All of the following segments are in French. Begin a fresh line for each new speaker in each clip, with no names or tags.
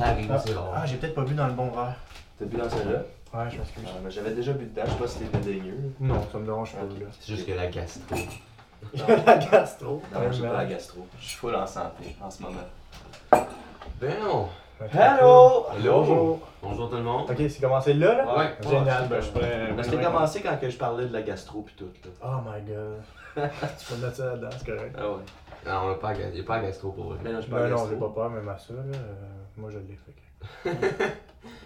Ah, ah, j'ai peut-être pas bu dans le bon verre.
T'as bu dans celle-là?
Ouais, je m'excuse.
Ah, mais J'avais déjà bu dedans, je sais pas si t'es dédaigneux.
Non, ça me dérange pas,
Ok.
là.
C'est juste que la gastro.
la gastro.
Non, moi, j'ai pas la gastro. Je suis full en santé en ce moment.
Ben non!
Hello!
Hello.
Bonjour.
Bonjour tout le monde.
Ok, c'est commencé là, là?
Ouais.
Génial, ben je pourrais...
Parce que t'es commencé quand que je parlais de la gastro pis tout. Là.
Oh my god. tu peux mettre ça là-dedans, hein, c'est correct.
Ah ouais.
Non, on a pas, il n'y a pas la gastro pour vrai.
Mais non, je
Ben
parle
non,
gastro.
j'ai pas peur même à ça, là. euh, moi, je l'ai fait. que-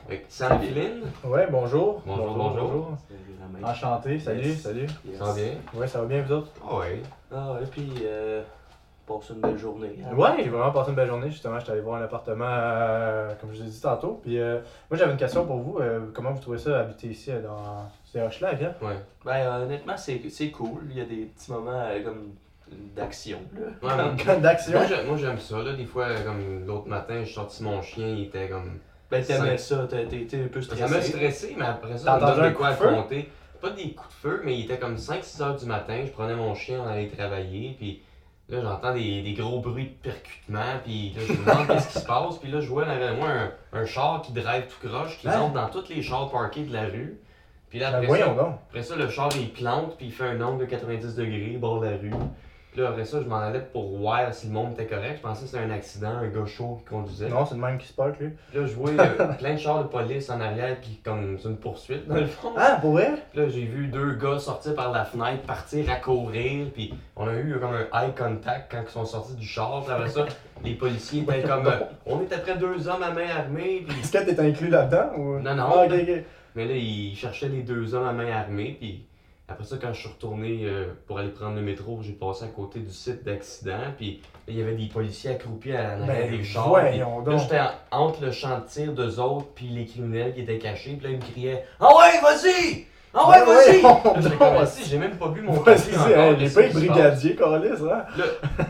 Fait que Sam Flynn,
Ouais, bonjour.
Bonjour, bonjour.
C'est la même.
Enchanté, salut,
Yes.
salut.
Yes.
ça va bien?
Ouais, Ah, ça va bien, vous autres?
Ah ouais.
Ah ouais, pis euh, passe une belle journée. hein.
Ouais, j'ai vraiment passé une belle journée. Justement, j'étais allé voir l'appartement, euh, comme je vous ai dit tantôt. Puis, euh, moi, j'avais une question pour vous. Euh, comment vous trouvez ça, habiter ici, euh, dans c'est Hochelag, hein?
Ouais.
Ben euh, honnêtement, c'est c'est cool. Il y a des petits moments euh, comme d'action. là.
Ouais, mais-
Comme d'action.
Moi, j'ai- moi, j'aime ça, là. Des fois, comme l'autre matin, je sorti mon chien, il était comme.
Ben t'aimais ça, t'as t'as été un peu
Ça m'a
stressé.
stressé, mais après ça,
T'entendais
on me
un
de quoi à
coup de feu?
compter. Pas des coups de feu, mais il était comme 5-6 heures du matin, je prenais mon chien, on allait travailler, puis là, j'entends des, des gros bruits de percutement, puis là, je me demande qu'est-ce qui se passe, puis là, je vois derrière moi un, un char qui drive tout croche, qui
Hein?
rentre dans tous les chars parkés de la rue. Puis là,
Ben,
après Ah, ça,
voyons donc.
Après ça, le char il plante, puis il fait un angle de 90 degrés, bord de la rue. Puis là, après ça, je m'en allais pour voir si le monde était correct. Je pensais que c'était un accident, un gars chaud qui conduisait.
Non, c'est le même qui se parque, lui.
Puis là, je vois euh, plein de chars de police en arrière, puis comme c'est une poursuite dans le fond.
Ah, pour vrai?
Puis là, j'ai vu deux gars sortir par la fenêtre, partir à courir, puis on a eu comme un eye contact quand ils sont sortis du char. Puis après ça, les policiers étaient comme. euh, on était près deux hommes à main armée, puis
Est-ce que t'es inclus là-dedans ou.
Non, non.
Ah, ok, ok.
Mais là, ils cherchaient les deux hommes à main armée, puis après ça, quand je suis retourné euh, pour aller prendre le métro, j'ai passé à côté du site d'accident, puis là, il y avait des policiers accroupis à l'arrière
Ben,
des chars. puis
voyons
Là,
donc.
j'étais en- entre le champ de tir d'eux autres, puis les criminels qui étaient cachés, puis là, ils me criaient « Ah ouais, vas-y! Ah ouais,
Ben
vas-y!
voyons
Là, j'étais
donc.
comme Asti, j'ai même pas bu mon
Ouais,
café
c'est
encore,
ça, les
qu'est-ce
pas
qui se passe?
brigadier, Carlis, hein?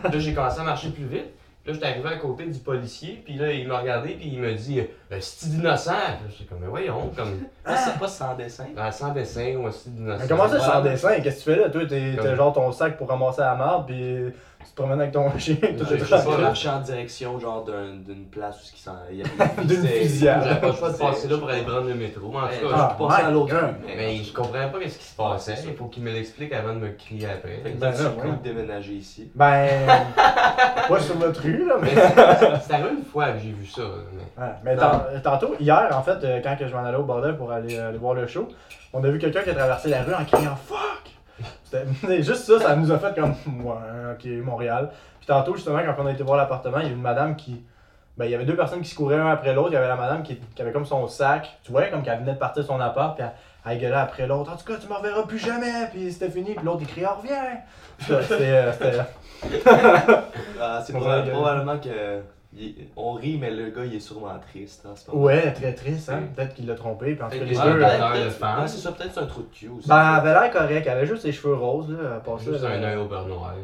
Là, j'ai commencé à marcher plus vite. Puis Là, j'étais arrivé à côté du policier, puis là, il m'a regardé, puis il me dit « C'est innocent! » Puis là, J'étais comme « Mais voyons, comme... »
Ah, c'est pas sans dessin.
Ben, sans dessin ou aussi d'innocent.
Mais Ben, comment ça,
Voilà.
sans dessin? Qu'est-ce que tu fais là? Toi, t'es
Comme-
t'as genre ton sac pour ramasser la marde, puis tu te promènes avec ton chien, tout
j'ai
est
juste
Parce
pas
que
là.
tranquille.
marcher en direction genre d'un- d'une place où ce qui s'en- il y a
D'une fusillade.
J'avais pas le choix de passer là pour aller prendre le métro. En
Ouais,
tout
Ah,
cas,
je passais
my
à l'autre
God.
rue,
je- mais je comprenais pas ce qui se passait.
Ouais, c'est
Il faut qu'il me l'explique avant de me crier
Fait
après.
que
Ben,
t'as
là,
dit,
voyons.
de déménager ici.
Ben. pas sur votre rue, là, mais.
Mais c'est c'est arrivé une fois que j'ai vu ça. mais-
Ouais, Ah, mais
Non.
tant- euh, tantôt, hier, en fait, euh, quand que je m'en allais au bordel pour aller, euh, aller voir le show, on a vu quelqu'un qui a traversé la rue en criant Fuck! C'était juste ça, ça nous a fait comme Ouais, ok, Montréal. Puis tantôt, justement, quand on a été voir l'appartement, il y a une madame qui. Ben, il y avait deux personnes qui se couraient un après l'autre. Il y avait la madame qui, qui avait comme son sac. Tu vois, comme qu'elle venait de partir de son appart, puis elle, elle gueulait après l'autre. En tout cas, tu m'en reverras plus jamais. Puis c'était fini. Puis l'autre, il criait, reviens. Ça, C'était. euh, c'était-
Ah, c'est
On
proba-
va y
probablement que. il- on rit, mais le gars, il est sûrement triste hein, en ce moment.
Ouais, très triste, hein. Peut-être qu'il l'a trompé. Puis en tout cas,
Peut-être
les
qu'il
deux.
l'a
euh,
L'odeur de
Ah, peut-être-
femme.
ouais, c'est ça, peut-être c'est un trou de cul aussi.
Ben, elle avait l'air correcte, elle avait juste ses cheveux roses, là, à part ça.
Juste un
euh,
œil au beurre noir.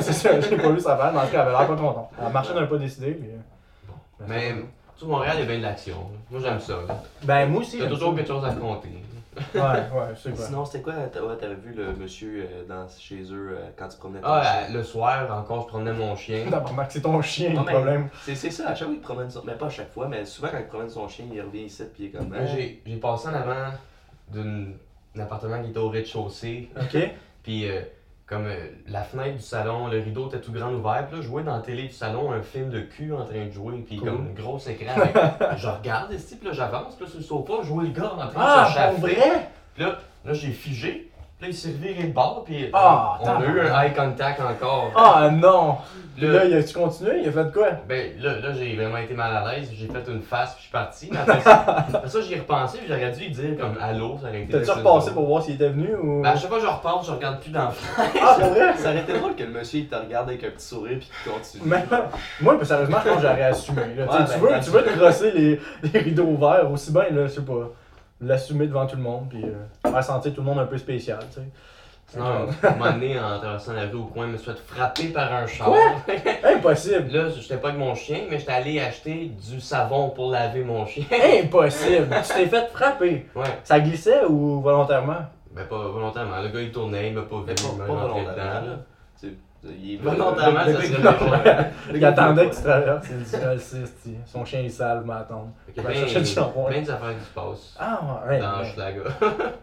c'est ça, j'ai pas vu sa face, mais en tout cas, elle avait l'air pas contente. Elle marchait d'un pas décidé, mais. Ben,
Mais tout Montréal, il y a bien de l'action. là. Moi, j'aime ça. là.
Ben, moi aussi.
T'as
j'aime
toujours
ça.
quelque chose à compter.
Ouais, ouais, c'est quoi.
Sinon, c'était quoi t'a- ouais, T'avais vu le monsieur euh, dans, chez eux euh, quand tu promenais ton
Ah,
chien?
euh, le soir, encore, je promenais mon chien.
Tabarnak, c'est ton chien,
Non,
le
mais-
problème.
C'est c'est ça, à chaque fois, il promène son. Mais pas à chaque fois, mais souvent quand il promène son chien, il revient ici puis il est comme.
Là,
Ah,
Ben, J'ai j'ai passé en avant d'un appartement qui était au rez-de-chaussée.
Ok?
Puis, euh, comme euh, la fenêtre du salon, le rideau était tout grand ouvert. Puis là, je voyais dans la télé du salon un film de cul en train de jouer. Puis,
Cool.
comme, gros écran. avec- je regarde, esti, puis là, j'avance. Puis là, sur le sofa, je vois le gars en train de
Ah,
se
pour
chaffer.
vrai?
Puis là, là j'ai figé. Puis là, il s'est reviré de bord. Puis, euh,
Ah,
on a eu un eye contact encore.
Ah non!
Là-
Là, il a- tu continues? Il a fait de quoi?
Ben là, là j'ai vraiment été mal à l'aise, j'ai fait une face puis je suis parti. Mais après ça, après ça, j'y ai repensé puis j'aurais dû lui dire comme allô, ça aurait été.
T'as-tu
plus
repassé
drôle.
pour voir s'il était venu ou.
Ben, à chaque fois que je repasse, je regarde plus dans le
Ah, pour vrai?
Ça aurait été drôle que le monsieur il te regarde avec un petit sourire puis qu'il continue.
Mais, moi, ben, sérieusement, je pense que j'aurais assumé. là.
Ouais,
Tu sais,
ben,
tu, veux, tu veux te crosser les, les rideaux ouverts aussi bien, là, je sais pas, l'assumer devant tout le monde, puis euh, faire sentir tout le monde un peu spécial, tu sais.
Sinon, à un moment donné, en traversant la rue au coin, je me suis fait frapper par un char.
Impossible!
Là, j'étais pas avec mon chien, mais j'étais allé acheter du savon pour laver mon chien.
Impossible! tu t'es fait frapper!
Ouais,
Ça glissait ou volontairement?
ben pas volontairement. Le gars, il tournait, il m'a pas vu,
Mais
il m'a
pas, pas
rentré
volontairement,
dedans.
là. C'est- Il est
Volontairement, ça serait méchant.
Il attendait que tu traverses. Il dit, Ah, c'est, c'est- son chien est sale, il m'attend.
Fait que
Il va chercher du
plein-
shampoing.
Plein des affaires qui se passent
Ah, ouais.
dans
ouais.
Schlager.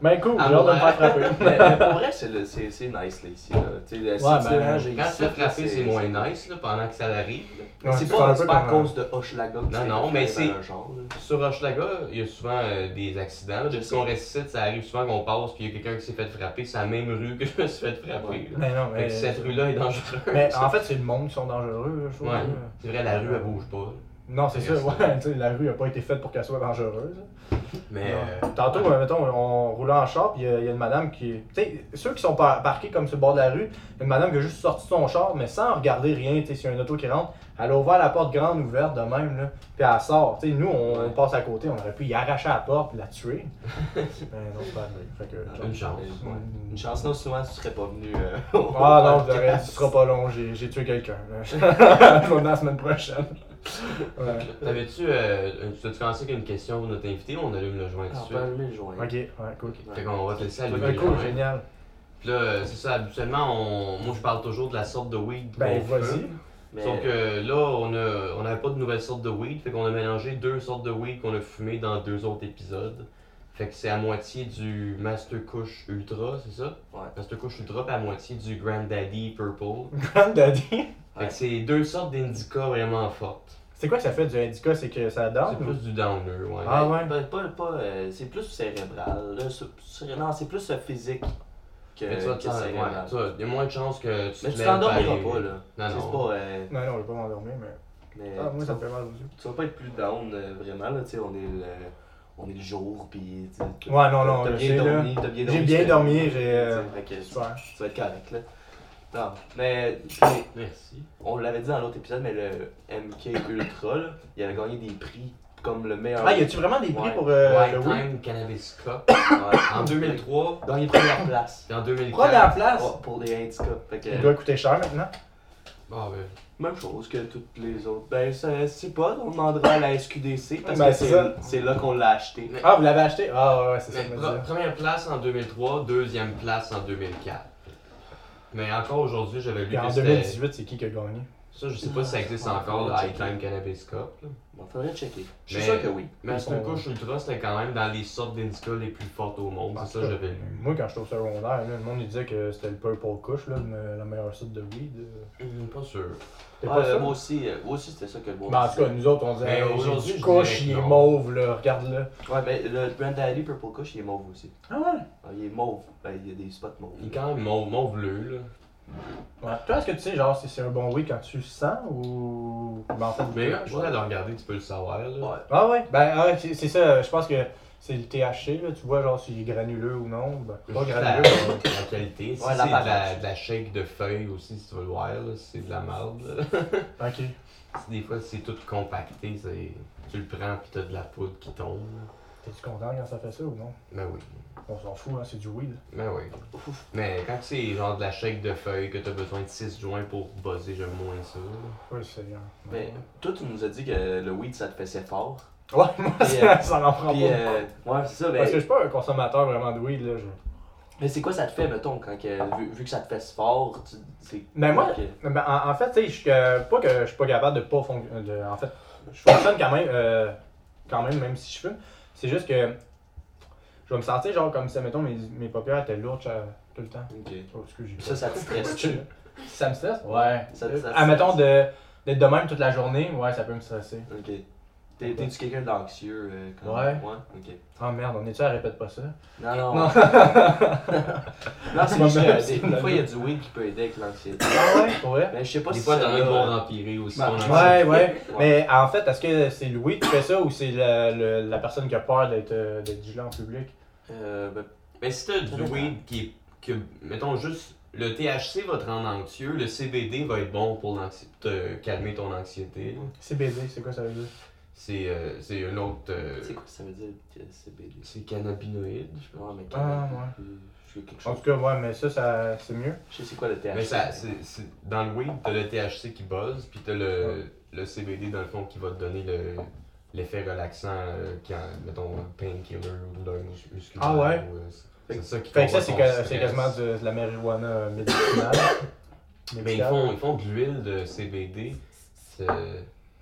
Ben cool, j'ai hâte de me faire frapper.
Mais, mais pour vrai, c'est le- c'est c'est nice, là, ici. Là. Tu sais, si
Ouais,
tu
ben,
mélanges les
Quand tu te
sites,
fais
là,
frapper, c'est moins nice là, pendant que ça arrive. là.
Ouais,
C'est
tu
pas,
parles
c'est
pas
pas à
comme-
cause de Hochelaga que tu
Non,
t'es
non, mais
fait
c'est-
dans un genre, là.
Sur Hochelaga, il y a souvent euh, des accidents.
Je
Depuis
sais.
qu'on ressuscite, ça arrive souvent qu'on passe puis il y a quelqu'un qui s'est fait frapper. C'est la même rue que je me suis fait frapper. là.
Mais non,
Fait
mais.
que cette rue-là est dangereuse.
Mais en fait, c'est le monde qui sont dangereux, je trouve.
Ouais. C'est vrai, la rue, elle bouge pas.
Non, c'est ça,
Merci.
ouais, tu sais, la rue n'a pas été faite pour qu'elle soit dangereuse.
Mais. euh,
Tantôt, euh, mettons, on roulait en char, puis il y, a- il y a une madame qui. est- Tu sais, ceux qui sont par- parqués comme sur le bord de la rue, il y a une madame qui a juste sorti son char, mais sans regarder rien, tu sais, s'il y a une auto qui rentre, elle a ouvert la porte grande ouverte de même, là, puis elle sort. Tu sais, nous, on, on
Ouais.
passe à côté, on aurait pu y arracher la porte, puis la tuer. mais non, c'est pas vrai. Fait que, genre,
euh, Une chance.
Ouais.
mm.
Une chance, non, souvent, tu serais pas venu. euh, au
Ah non, je dirais,
podcast.
ce sera pas long, j'ai j'ai tué quelqu'un. là. Je vais venir la semaine prochaine. Ouais.
T'avais-tu. euh, une- tu as-tu commencé avec une question pour notre invité ou on allume le joint
Ah, on
dessus?
peut allumer le joint.
Ok, ouais, cool.
Fait qu'on va te laisser allumer
Ben,
le
cool,
joint.
génial.
Puis là, euh, c'est ça, habituellement, on... moi je parle toujours de la sorte de weed.
Ben,
qu'on fume.
vas-y.
Mais-
Sauf que là, on a- on n'avait pas de nouvelles sortes de weed, fait qu'on a mélangé deux sortes de weed qu'on a fumé dans deux autres épisodes. Fait que c'est à moitié du Master Kush Ultra, c'est ça?
Ouais.
Master Kush Ultra, puis à moitié du Granddaddy Purple.
Granddaddy.
Fait que c'est deux sortes d'indica vraiment fortes.
C'est quoi que ça fait du indica, c'est que ça donne?
C'est plus du downer, ouais.
Ah ouais?
Ben, pas, pas, euh, c'est plus cérébral. là, c'est- c'est- non, c'est plus euh, physique que,
Mais tu vas te
que
sentir-
cérébral.
ouais, tu vois, il y a moins de chances que tu te
mais tu
lèves
t'endormiras
pareil. Non,
pas, là. Tu sais,
Ah, non.
c'est pas, euh,
Non, non, je vais pas m'endormir, mais.
mais
Ah, moi,
tu,
ça
vas,
me fait mal aux yeux.
tu vas pas être plus down, euh, vraiment. Là, tu sais, on, est le, on est le jour, puis. tu sais, t'as-
Ouais, non, non,
t'as
j'ai,
bien dormi, t'as bien dormi.
j'ai bien
c'est-
dormi, j'ai, euh,
Fait que tu vas
Super.
tu vas être correct, là. Non, mais. puis,
Merci.
On l'avait dit dans l'autre épisode, mais le MK Ultra, là, il avait gagné des prix comme le meilleur.
Ah, y a-tu vraiment des prix
Ouais.
pour euh,
White
le oui?
Time Cannabis Cup
Ouais.
en 2003
Dans les premières places.
et en 2004.
Première place!
Ouais, pour les handicap. Fait que,
Il doit coûter cher maintenant.
Ah, ben,
même chose que toutes les autres. Ben, ça- c'est pas, on demandera à la SQDC parce
Ben,
que
c'est
c'est-
ça.
c'est là qu'on l'a acheté.
Mais-
Ah, vous l'avez acheté? Ah, ouais, ouais, c'est ça,
Mais
que je me
pre-
disais.
première place en 2003, deuxième place en 2004. Mais encore aujourd'hui, j'avais lu
Puis en
que c'était...
2018, c'est qui qui a gagné?
Ça, je sais pas si ça existe encore, le High Time Cannabis Cup. là.
Bon, faudrait checker. Je suis
Mais-
sûr que oui.
Mais
Ils
Master
sont-
Kush Ultra, c'était quand même dans les sortes d'indica les plus fortes au monde. C'est ça que j'avais lu.
Moi, quand j'étais au secondaire, là, le monde il disait que c'était le Purple Kush, là, le la meilleure sorte de weed. euh.
Hum, Pas sûr.
T'es
Ah,
pas
euh,
sûr?
moi aussi, euh, moi aussi c'était ça que le
Ben, en tout cas, nous autres, on disait,
Mais
aujourd'hui,
aujourd'hui,
du
je
Kush,
dirais que
il est
non.
mauve, là, regarde-le.
Ouais, mais le Granddaddy Purple Kush, il est mauve aussi.
Ah ouais?
Ah, Il est mauve. Ben, il y a des spots mauves.
Il est quand même mauve, mauve bleu, là.
Ouais. Toi, est-ce que tu sais, genre, si c'est un bon weed quand tu le sens ou. Ben, en fait,
Mais
ouais.
je vais le regarder, tu peux le savoir, là.
Ouais.
Ah ouais, ben ah ouais, c'est c'est ça, je pense que c'est le THC, là, tu vois genre s'il est granuleux ou non. Ben,
Mais
pas
juste la,
granuleux.
la qualité. Si
Ouais,
c'est
la
de la,
balance.
de la shake de feuilles aussi, si tu veux le voir, là, si c'est de la merde. là.
mais- ok.
Si des fois c'est tout compacté, c'est- tu le prends pis t'as de la poudre qui tombe. là.
T'es-tu content quand ça fait ça ou non?
Ben oui,
On s'en fout, hein, c'est du weed.
ben oui.
Ouf.
Mais quand c'est genre de la shake de feuilles que t'as besoin de 6 joints pour buzzer, j'aime moins ça. là.
Oui, c'est bien.
Mais toi, tu nous as dit que le weed, ça te faisait fort.
Ouais, moi
Puis, euh,
ça, ça m'en prend
Puis,
Ah, pas.
euh, ouais, c'est ça. ben,
Parce que je suis pas un consommateur vraiment de weed là. je-
Mais c'est quoi ça te fait, mettons, quand que, vu, vu que ça te fait fort, tu, c'est...
Ben, moi,
Ok.
Mais en, en fait, tu sais, je suis que- pas que je suis pas capable de pas fonctionner. En fait, je fonctionne quand même, euh, quand même, même si je fume. C'est juste que je vais me sentir genre comme si, mettons, mes, mes paupières étaient lourdes euh, tout le temps.
Ok.
Oh, excuse, j'ai
Puis ça, ça te stresse.
Si ça me stresse? Ouais.
Ça-
Euh,
ça te
admettons de, d'être de même toute la journée, ouais, ça peut me stresser.
Ok. T'es, t'es-tu quelqu'un d'anxieux euh, quand
Ouais.
Ouais, ok.
Oh merde, on est-tu à répète pas ça? Ah
Non, non.
Non.
Non, c'est juste que des, des fois, il y a du weed qui peut aider avec l'anxiété.
Ah ouais? Ouais.
Mais je sais pas
Des
si
fois
ça
t'en as qui vont empirer aussi.
Ben,
ton
ouais.
anxiété.
Ouais, ouais.
Ouais.
Mais en fait, est-ce que c'est Louis qui fait ça ou c'est la, le- la personne qui a peur d'être, euh, d'être gelée en public?
Euh, ben,
Mais si t'as du weed qui est. Que, mettons juste. Le THC va te rendre anxieux, le CBD va être bon pour l'anxi- te calmer ton anxiété. là.
CBD, c'est quoi ça veut dire?
C'est euh, c'est une autre. euh,
c'est quoi ça veut dire que c'est BD?
c'est cannabinoïde, je pense.
Ouais, mais
Ah,
ouais. Je sais quelque
En
chose.
tout cas, ouais, mais ça, ça c'est mieux.
Je sais c'est quoi le THC.
Mais ça, c'est, c'est- dans le weed, t'as le THC qui buzz, puis t'as le, le CBD dans le fond qui va te donner le, l'effet relaxant, euh, qui en- mettons, un painkiller ou douleur mus- musculaire.
Ah ouais?
ou, euh, c'est- c'est ça qui
Fait que ça,
combat
c'est,
ton
que-
stress.
c'est quasiment de, de la marijuana médicinale.
Mais ils
médicale.
font, ils font de l'huile de CBD. C'est-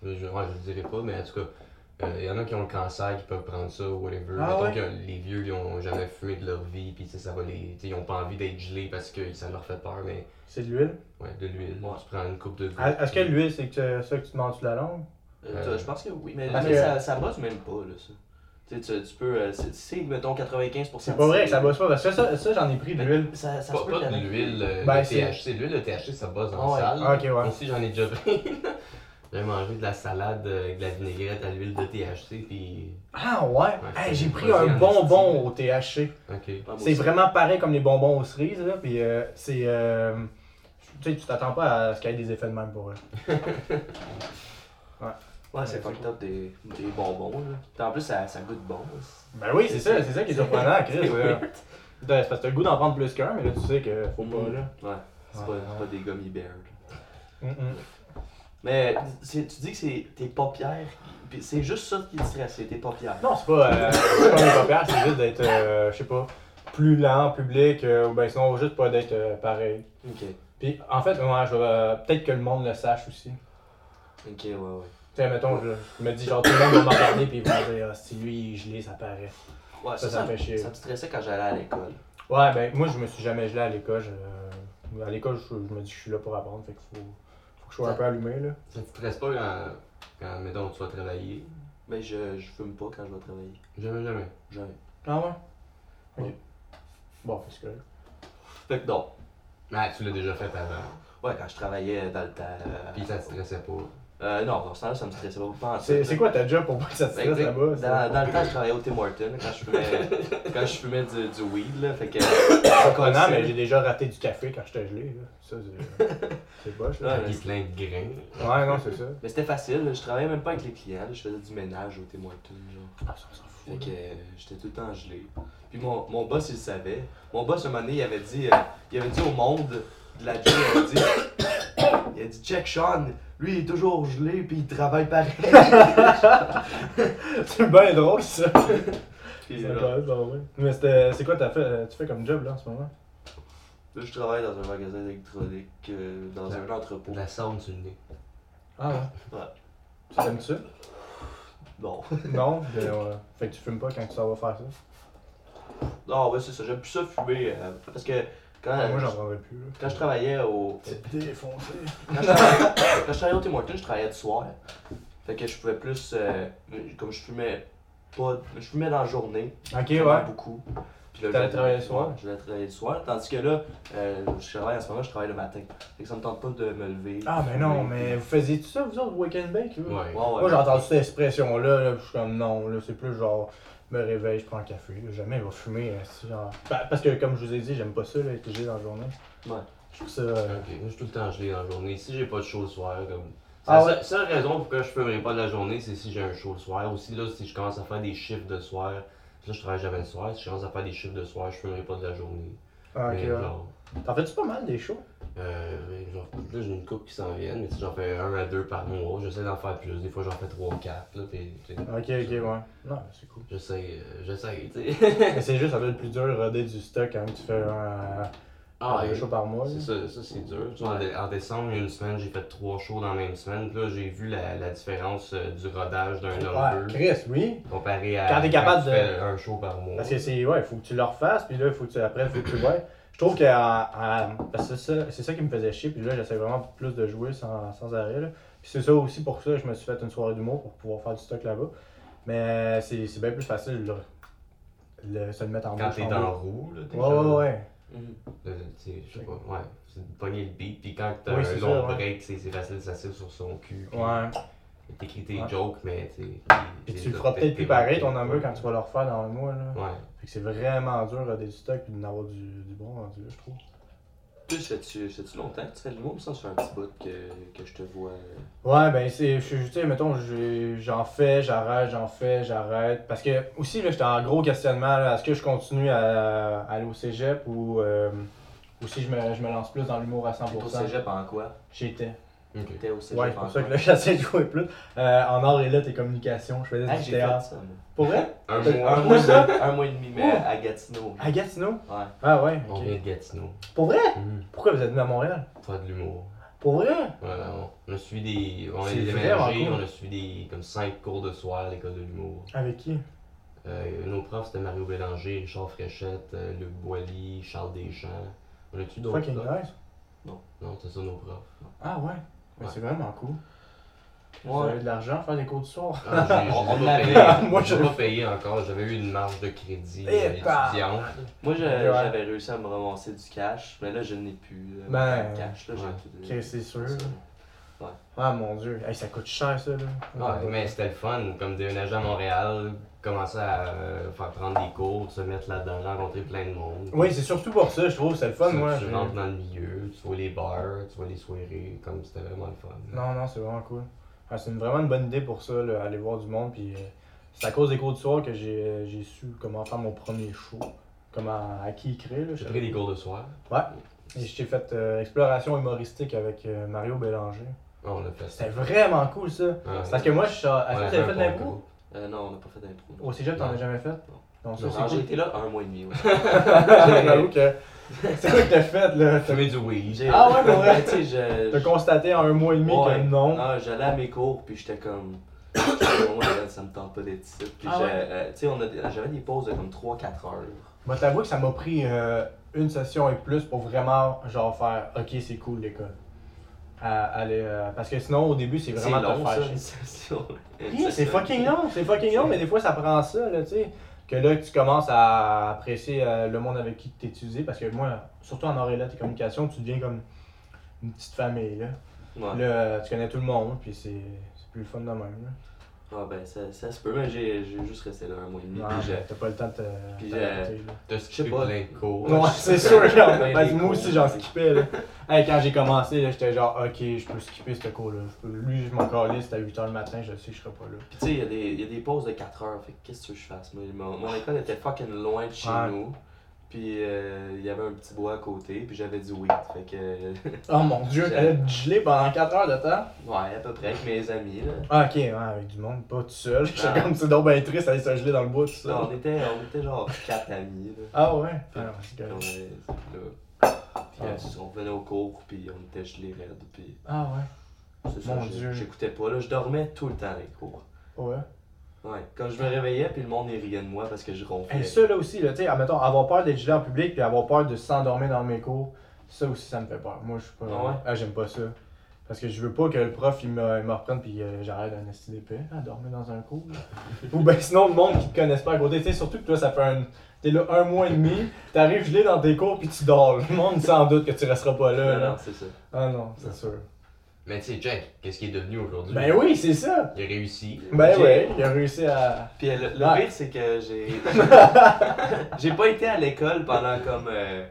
Je, je, ouais, je le dirais pas, mais en tout cas, euh, il y en a qui ont le cancer, qui peuvent prendre ça ou whatever.
Ah
Mettons
ouais?
que les vieux, ils ont jamais fumé de leur vie, puis tu sais, ça va les. tu sais, Ils ont pas envie d'être gelés parce que ça leur fait peur, mais
C'est de l'huile.
ouais, de l'huile.
Ouais.
Tu prends une coupe de. gouttes,
Ah, Est-ce que
puis-
l'huile, c'est que ça que tu demandes de la langue
Euh,
Euh,
Je pense que oui, mais,
parce
mais
que-
ça, ça brosse même pas, là, ça. Tu sais, tu, tu peux. euh, c'est- c'est, mettons, 95%.
C'est pas vrai que ça bosse pas. Parce que ça, ça j'en ai pris de l'huile.
Ben, Ça, ça
Pas,
se peut
pas
qu'il y en
de
ait.
l'huile euh,
Ben,
de
c'est-
THC. L'huile de THC, ça bosse dans
Ah ouais.
la salle.
Ah, ok, ouais.
Moi aussi, j'en ai déjà pris. J'avais mangé de la salade euh, avec de la vinaigrette à l'huile de THC, puis.
Ah ouais? Hey,
c'est
j'ai
une
pris
poésie
un
en Ah,
bonbon au THC.
Ok.
Ouais, moi
C'est
aussi.
vraiment pareil comme les bonbons aux cerises, là. Puis euh, c'est. euh, tu sais, tu t'attends pas à ce qu'il y ait des effets de même pour eux.
Ouais, c'est fucked up des, des bonbons, là. Puis en plus, ça, ça goûte bon. là.
Ben oui, c'est ça, c'est ça qui est surprenant, Chris.
C'est
là. Putain, C'est parce que t'as le goût d'en prendre plus qu'un, mais là, tu sais que faut pas, là.
Ouais, c'est,
Ouais,
pas,
ouais.
c'est pas des gummy bears.
Mm,
là.
mm.
Mais c'est- tu dis que c'est tes paupières. puis C'est juste ça qui te stresse, c'est tes paupières.
Non, c'est pas, euh, c'est pas mes paupières, c'est juste d'être, euh, je sais pas, plus lent, public, euh, ou ben sinon juste pas d'être euh, pareil.
Ok,
Puis en fait, ouais, je vais- euh, peut-être que le monde le sache aussi.
ok, ouais, ouais.
Tu sais, mettons, je, je me dis genre tout le monde va me regarder puis ils vont dire ah, si lui il est gelé, ça paraît.
Ouais,
Ça, ça
ça, ça,
me fait chier.
ça me stressait quand j'allais à l'école.
Ouais, ben moi je me suis jamais gelé à l'école. je- euh, à l'école, je, je me dis je suis là pour apprendre, fait qu'il faut, faut que je sois un peu allumé là.
Ça te stresse pas quand, quand mettons, tu vas travailler?
Mais je, je fume pas quand je vais travailler.
Jamais, jamais.
Jamais.
Ah ouais? Ok. Bon, c'est correct.
Fait que non.
Ah, tu l'as déjà fait avant.
Ouais, quand je travaillais dans le temps. euh,
Puis ça te stressait pas.
euh, non, dans ce temps-là, ça me stressait pas. pas en tout.
C'est, c'est quoi ta job pour pas que ça te
Ben,
stresse
tu sais,
là-bas? ça?
dans, dans le temps, je travaillais au Tim Hortons quand je fumais, quand je fumais du, du weed. Là, fait que.
C'est surprenant, mais j'ai déjà raté du café quand j'étais gelé. Là. Ça, c'est, euh, c'est boche. Là.
Ouais.
Puis plein de grains.
Ouais, non, c'est ça.
Mais c'était facile, là, je travaillais même pas avec les clients, là, je faisais du ménage au Tim Hortons, genre.
Ah, ça, on s'en fout.
Fait
là.
que euh, j'étais tout le temps gelé. Puis mon, mon boss, il le savait. Mon boss, à un moment donné, il avait dit, euh, il avait dit au monde de la job, il avait dit, il a dit, check Sean, lui, il est toujours gelé, puis il travaille pareil.
C'est bien drôle, ça.
Puis,
C'est
euh,
incroyable, bah ouais. Mais c'était, c'est quoi t'as fait, euh, tu fais comme job là en ce moment?
là, je travaille dans un magasin électronique, euh, dans un entrepôt.
De la sonde sur le nez.
Ah
Ouais.
Tu t'aimes ça?
Bon.
Non. Ben, ouais. Fait que tu fumes pas quand tu t'en vas faire ça.
Non, Ah, ouais, c'est ça, j'aime plus ça fumer, euh, parce que quand,
Moi, j'en prendrais plus. Là.
quand je travaillais au,
C'est défoncé.
Quand je travaillais- quand je travaillais au Tim Hortons, je travaillais du soir. Fait que je pouvais plus. euh, comme je fumais pas. Je fumais dans la journée.
Ok,
je
ouais.
fumais beaucoup. Puis là,
T'allais
je-
travailler le soir?
Ouais, J'allais travailler le soir. Tandis que là, euh, je travaille en ce moment, je travaille le matin. Fait que ça me tente pas de me lever.
Ah, mais non, mais vous faisiez tout ça, vous autres, week-end bake? là?
Ouais.
Mm. Ouais, ouais.
Moi, j'ai entendu cette expression-là, là, puis je suis comme non, là, c'est plus genre, je me réveille, je prends un café, là, jamais il va fumer. euh, si, genre- Bah, parce que, comme je vous ai dit, j'aime pas ça, là, être gelé dans la journée.
Ouais.
Je trouve ça. euh,
Ok, moi je suis tout le temps gelé dans la journée. Si j'ai pas de show le soir, comme. C'est
Ah
la seule- seule raison pour que je fumerai pas de la journée, c'est si j'ai un show le soir. Aussi, là, si je commence à faire des chiffres de soir, là, je travaille jamais le soir. Si je commence à faire des chiffres de soir, je fumerai pas de la journée.
ah, ok,
Mais
ouais.
genre,
T'en fais-tu pas mal des shows?
euh, mais genre, là, j'ai une coupe qui s'en viennent, mais tu sais, j'en fais un à deux par mois. J'essaie d'en faire plus. Des fois, j'en fais trois, quatre, là, puis, tu sais,
Ok, ok, ouais. Non, mais c'est cool.
J'essaie, euh, j'essaie, tu sais.
Mais c'est juste, ça doit être plus dur de roder du stock quand tu fais un,
Ah,
un
et-
show par mois. là.
C'est ça, ça c'est dur. Tu vois, en, dé- en décembre, il y a une semaine, j'ai fait trois shows dans la même semaine. Puis Là, j'ai vu la, la différence euh, du rodage d'un
Ouais,
homme
Chris, oui.
comparé à
Quand t'es capable
tu
de-
fais un show par mois.
Parce que c'est, ouais, faut que tu le refasses, puis là, faut que tu, après, faut que tu ouais. Je trouve que, à- à- parce que c'est ça, c'est ça qui me faisait chier, puis là, j'essaie vraiment plus de jouer sans, sans arrêt, là. Puis c'est ça aussi pour ça que je me suis fait une soirée d'humour pour pouvoir faire du stock là-bas. Mais c'est, c'est bien plus facile, là. Le, se le mettre en
Quand
bouche,
t'es
en
dans le
bouche.
roux, là, t'es
Ouais, ouais,
genre-
ouais.
Mhm.
Euh, tu sais, je sais pas, ouais. C'est de pogner le beat, puis quand t'as
Oui,
un
c'est
long
ça, ouais.
break, c'est c'est facile de s'asseoir sur son cul. puis
Ouais.
T'écris tes
Ouais.
jokes, mais tu sais,
Puis
les
tu le
autres,
feras peut-être plus pareil, ton amour,
ouais.
quand tu vas le refaire dans le mois, là.
Ouais.
Fait que c'est vraiment dur à du stock puis d'en avoir du, du bon rendu, là, je trouve.
Plus, fais-tu fais-tu longtemps que tu fais de l'humour? Ça, ça fait un petit bout que, que je te vois. euh,
Ouais, ben c'est, je- je- tu sais, mettons, j'ai- j'en fais, j'arrête, j'en fais, j'arrête. Parce que aussi, là, j'étais en gros questionnement, là, est-ce que je continue à, à aller au cégep ou, euh, ou si je me, je me lance plus dans l'humour à
T'es au
100%?
cégep en quoi?
J'étais.
Ok.
J'étais au cégep
Ouais, c'est pour ça que
encore.
là, j'essaie de jouer plus. Euh, en art et lettres et communication, je faisais
Ah,
du
j'ai fait
théâtre.
ça, moi.
Pour vrai?
Un
Peut-être
mois.
Un mois, et demi- un mois et demi, mais à Gatineau.
À Gatineau?
Ouais.
Ah ouais,
On
ok.
vient de Gatineau.
Pour vrai?
Hmm,
Pourquoi vous êtes venu à Montréal?
Pas de l'humour.
Pour vrai?
Voilà, on- on a suivi des. On a
C'est
déménagé,
vraiment cool.
on a suivi des comme cinq cours de soir à l'école de l'humour.
Avec qui?
Euh, nos profs c'était Mario Bélanger, Richard Fréchette, euh, Luc Boilly, Charles Deschamps. On a-tu d'autres
Fucking
profs?
nice.
Non, c'est ça nos profs.
Ah ouais? Mais
Ouais.
c'est vraiment cool. Vous
Ouais.
avez de l'argent à faire des cours du soir?
Ah, j'ai- j'ai
On- on
pas
l'avait.
payé.
Moi,
J'ai
je-
pas payé encore, j'avais eu une marge de crédit
Eh,
euh,
bah.
étudiante.
Moi, je-
Ouais.
j'avais réussi à me ramasser du cash, mais là, je n'ai plus euh,
Ben,
de cash. Là,
ouais.
j'ai
Ok,
tout
c'est sûr.
ça.
Ah mon dieu, Hey, ça coûte cher ça là.
Ouais, Ah, mais c'était le fun, comme déménager à Montréal, commencer à euh, faire prendre des cours, se mettre là-dedans, rencontrer plein de monde.
Oui, c'est surtout pour ça, je trouve, c'est le fun,
Tu-
moi.
Tu
j'ai-
rentres dans le milieu, tu vois les bars, tu vois les soirées, comme c'était vraiment le fun.
Non, non, c'est vraiment cool. Ah, c'est une- vraiment une bonne idée pour ça, là, aller voir du monde. Puis euh, c'est à cause des cours du soir que j'ai euh, j'ai su comment faire mon premier show, comment à qui écrire. Là,
J'ai pris des cours de soir.
Et je t'ai fait euh, exploration humoristique avec euh, Mario Bélanger.
Ah, on l'a fait ça.
C'était vraiment cool ça.
Ah,
Parce que moi, je suis.
on
Est-ce que
a
tu avais fait de
un bon
l'impro
groupe.
Euh, non, on n'a pas fait d'impro.
Au cégep, t'en as jamais fait Non, Oh, ça
Non,
c'est
Ah,
cool.
J'ai été là un mois et demi. ouais.
J'avoue que. C'est quoi que t'as fait là T'as-
Fumer du weed.
J'ai-
Ah ouais, pour vrai?
Ben, tu sais, je-
T'as constaté en un mois et demi
Ouais.
que non.
Ah, j'allais à mes cours, puis j'étais comme. J'étais comme, Ouais, ça me tente pas d'être ici. Puis
Ah
j'ai-
ouais?
euh, tu sais, on a- j'avais des pauses de comme 3-4 heures.
Moi, t'avoue que ça m'a pris euh, une session et plus pour vraiment genre faire OK, c'est cool l'école. À- aller, euh, parce que sinon, au début, c'est
C'est
vraiment
long,
te faire
ça,
chier.
une session.
Hey, C'est fucking long, c'est fucking long, mais des fois ça prend ça, là, tu sais. Que là, que tu commences à apprécier euh, le monde avec qui tu t'étudies, parce que moi, surtout en oreille et communication, tu deviens comme une petite famille, là.
Ouais.
Là, euh, tu connais tout le monde, puis c'est c'est plus le fun de même, là.
Ah, ben, ça, ça se peut, mais j'ai j'ai juste resté là un mois et demi.
Non,
puis j'ai-
t'as pas le temps de te.
puis
t'adapter, là.
T'as skippé
Je sais pas.
plein de cours.
Ouais, c'est sûr, genre,
Ben,
parce
les
que moi aussi
cours.
j'en skippais. Là. Hey, quand j'ai commencé, là, j'étais genre, ok, je peux skipper ce cours-là. Je peux- Lui, je m'en calais, c'était à 8h le matin, je sais, que je serai pas là.
Puis tu sais, il y a des- il y, a des pauses de 4 heures. Fait que qu'est-ce que tu veux que je fasse? Moi, mon, mon école était fucking loin de chez
Ouais.
nous. Puis euh, il y avait un petit bois à côté. Puis j'avais du weed. Fait que.
Oh mon dieu, t'allais te geler pendant 4 heures de temps.
ouais, à peu près avec mes amis. là.
Ah, ok, ouais, avec du monde, pas tout seul. J'étais
Ah.
comme, c'est donc ben triste, aller se geler dans le bois, tout seul.
Là, on, était, on était genre 4 amis. Là.
Ah ouais? Alors, c'est
Puis on
correct.
avait- là. Puis
Ah.
euh, c'est ça, on venait au cours. Puis on était gelés raides. Puis
Ah ouais?
c'est ça,
Mon
j'ai-
Dieu.
j'écoutais pas. Là, je dormais tout le temps les cours.
Ouais.
Ouais, quand je me réveillais, puis le monde il riait de moi parce que je ronflais.
Et ça là aussi, là, tu sais, admettons, avoir peur d'être gelé en public puis avoir peur de s'endormir dans mes cours, ça aussi ça me fait peur. Moi je suis pas.
Ah ouais?
j'aime pas ça. Parce que je veux pas que le prof il me, il me reprenne puis euh, j'arrête un esti d'épais à dormir dans un cours. là. Ou ben sinon le monde qui te connaisse pas à côté, tu sais, surtout que toi ça fait un. T'es là un mois et demi, t'arrives gelé dans tes cours puis tu dors. Le monde sans doute que tu resteras pas là.
Non,
là.
non, c'est ça.
Ah non, c'est sûr.
Mais tu sais, Jack, qu'est-ce qu'il est devenu aujourd'hui?
Ben oui, c'est ça!
Il a réussi.
Ben
J'ai-
ouais, il a réussi à.
Puis euh, le, le
Ouais.
pire, c'est que j'ai. j'ai pas été à l'école pendant comme. euh,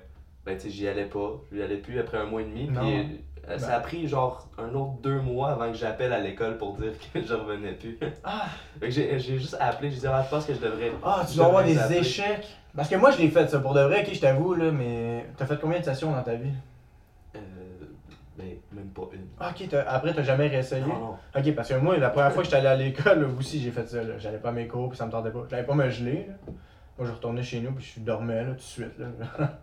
ben, tu sais, j'y allais pas. J'y allais plus après un mois et demi. Puis
Non. Ben.
euh, ça a pris genre un autre deux mois avant que j'appelle à l'école pour dire que je revenais plus.
Ah.
Fait que j'ai j'ai juste appelé, j'ai dit, ah, je pense que je devrais.
Ah, tu
je
dois avoir
devrais
des
appeler.
échecs. Parce que moi, je l'ai fait, ça, pour de vrai, ok, je t'avoue, là, mais t'as fait combien de sessions dans ta vie?
Euh, ben, même pas une.
Ah, Ok, t'as- après, t'as jamais réessayé?
Non, non.
Ok, parce que moi, la première fois que j'étais allé à l'école, là, aussi, j'ai fait ça, là. J'allais pas à mes cours, puis ça me tentait pas. J'allais pas me geler, là. Moi, je retournais chez nous, puis je dormais, là, tout de suite, là.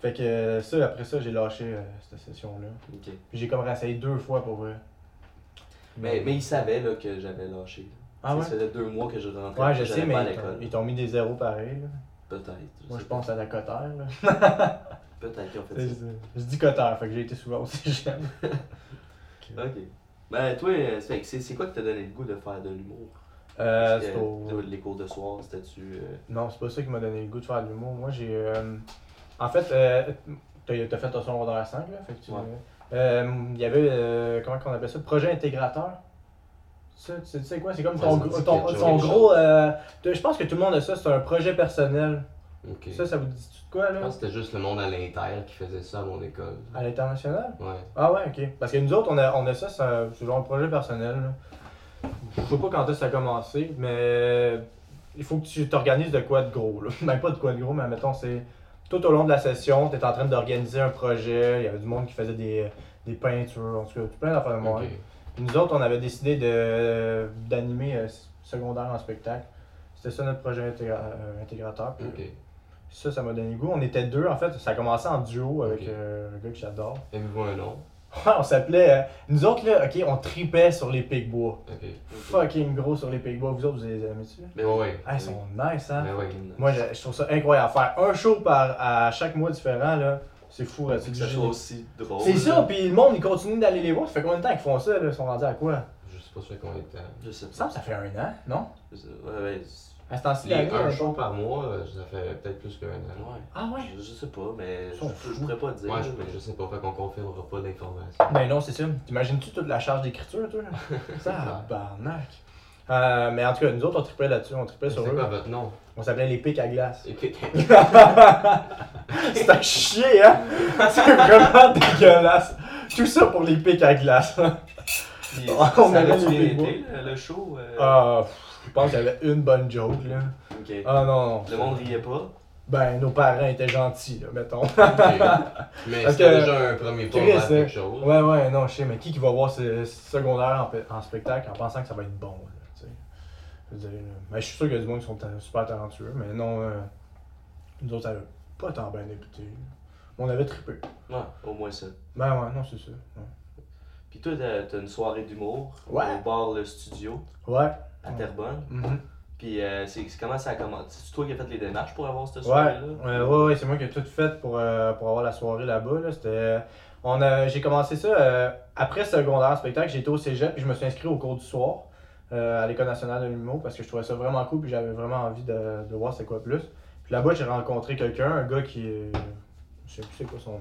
fait que euh, ça, après ça, j'ai lâché euh, cette session-là.
Ok.
Puis j'ai comme réessayé deux fois, pour vrai.
Mais, mais ils savaient là, que j'avais lâché.
Ah ouais?
Ça faisait deux mois que je rentrais.
Ouais,
que
je
j'allais
sais, mais
pas à
ils t'ont-
l'école.
ils t'ont mis des zéros pareils, là.
Peut-être.
Moi,
sais
je pense
pas.
à la cotère, là.
Peut-être qu'ils ont fait ça.
Je dis cotère, fait que j'ai été souvent au cégep.
Ok. Ben, toi, euh, c'est- c'est c'est quoi qui t'a donné le goût de faire de l'humour?
Euh,
Parce que,
c'est au-
euh, Les cours de soir, c'était-tu. euh,
Non, c'est pas ça qui m'a donné le goût de faire de l'humour. Moi, j'ai. euh, En fait, euh, t'as t'as fait ton secondaire 5, là. Fait que tu-
Ouais.
Euh, Il y avait. euh, comment qu'on appelle ça Projet intégrateur. Ça, tu sais- tu sais quoi C'est comme
Ouais,
ton,
ça me
gros-
dit
ton,
quelque
ton
chose.
gros. euh, de- je pense que tout le monde a ça, c'est un projet personnel.
Ok.
Ça, ça vous dit de quoi,
Je
là
pense que c'était juste le monde à l'inter qui faisait ça à mon école.
À l'international
Ouais.
Ah ouais, ok. Parce que nous autres, on a, on a ça, c'est un- c'est genre un projet personnel. là. Je sais pas quand est-ce que ça a commencé, mais il faut que tu t'organises de quoi de gros. Là. Ben, pas de quoi de gros, mais mettons, c'est tout au long de la session, tu es en train d'organiser un projet. Il y avait du monde qui faisait des, des peintures, en tout cas, plein d'affaires de Montréal. Puis nous autres, on avait décidé de, d'animer euh, secondaire en spectacle. C'était ça notre projet intégra- euh, intégrateur.
Ok,
Puis
ok.
Ça, ça m'a donné le goût. On était deux, en fait. Ça a commencé en duo avec
Ok.
euh, un gars que j'adore.
Avez-vous un nom?
Ouais, on s'appelait. euh, nous autres, là, ok, on tripait sur les pics-bois.
Ok.
Fucking gros sur les pics-bois. Vous autres, vous les aimez-tu?
Ben ouais, ouais.
Ah, ils sont nice, hein?
Ben ouais.
euh,
Moi, je, je trouve ça incroyable. Faire un show par, à chaque mois différent, là, c'est fou. là, c'est
que
du
ça
génie.
soit aussi drôle.
C'est ça, puis le monde, il continue d'aller les voir. Ça fait combien de temps qu'ils font ça? Là? Ils sont rendus à quoi?
Je sais pas ça fait combien de temps.
Je
Il
sais
me
pas.
semble que ça fait un an, non?
Je sais- Ouais, ouais. c'est-
À ce temps-ci,
Les
la vie,
un
là.
show par mois, euh, ça fait peut-être plus qu'un an.
Ouais.
Ah ouais?
Je, je sais pas, mais
Ils
je,
sont
je
fous.
pourrais pas dire.
Ouais,
mais
je, je sais pas, fait qu'on confirmera pas d'informations.
Ben non, c'est ça. T'imagines-tu toute la charge d'écriture, toi? Ça, barnac. Euh, mais en tout cas, nous autres, on tripait là-dessus, on tripait
C'est
sur
quoi
eux.
votre nom?
On s'appelait les pics à glace.
Et puis-
C'est un chier, hein? C'est vraiment dégueulasse. Tout ça pour les pics à glace.
Puis,
Ah, On
ça on
avait
avait
des
bien été,
bois.
le, le show. euh,
Ah, pff, je pense qu'il y avait une bonne joke, là.
ok.
Ah non, non.
Le monde riait pas.
Ben, nos parents étaient gentils, là, mettons.
Ok. Mais
Parce
c'était
que-
déjà un premier pas
Chris,
vers
hein.
quelque chose.
Ouais, ouais, non, je sais, mais qui qui va voir ce, ce secondaire en, pe- en spectacle en pensant que ça va être bon, là, tu sais? Je veux dire, là, ben, je suis sûr qu'il y a du monde qui sont ta- super talentueux, mais non, euh, nous autres, ça avait pas tant bien écouté. On avait trippé.
Ouais, au moins ça.
Ben ouais, non, c'est ça. ouais.
Puis toi, t'as t'as une soirée d'humour
Ouais.
au bar Le Studio
Ouais.
à
Ouais.
Terrebonne.
mhm.
Puis euh, c'est c'est comment ça a commencé C'est toi qui as fait les démarches pour avoir cette
Ouais,
soirée-là
ouais, ouais, ouais, c'est moi qui ai tout fait pour, euh, pour avoir la soirée là-bas. Là. C'était, euh, on a, j'ai commencé ça euh, après secondaire spectacle. J'étais au cégep puis je me suis inscrit au cours du soir euh, à l'École nationale de l'humour parce que je trouvais ça vraiment cool puis j'avais vraiment envie de, de voir c'est quoi plus. Puis là-bas, j'ai rencontré quelqu'un, un gars qui. est- Je sais plus c'est quoi son nom.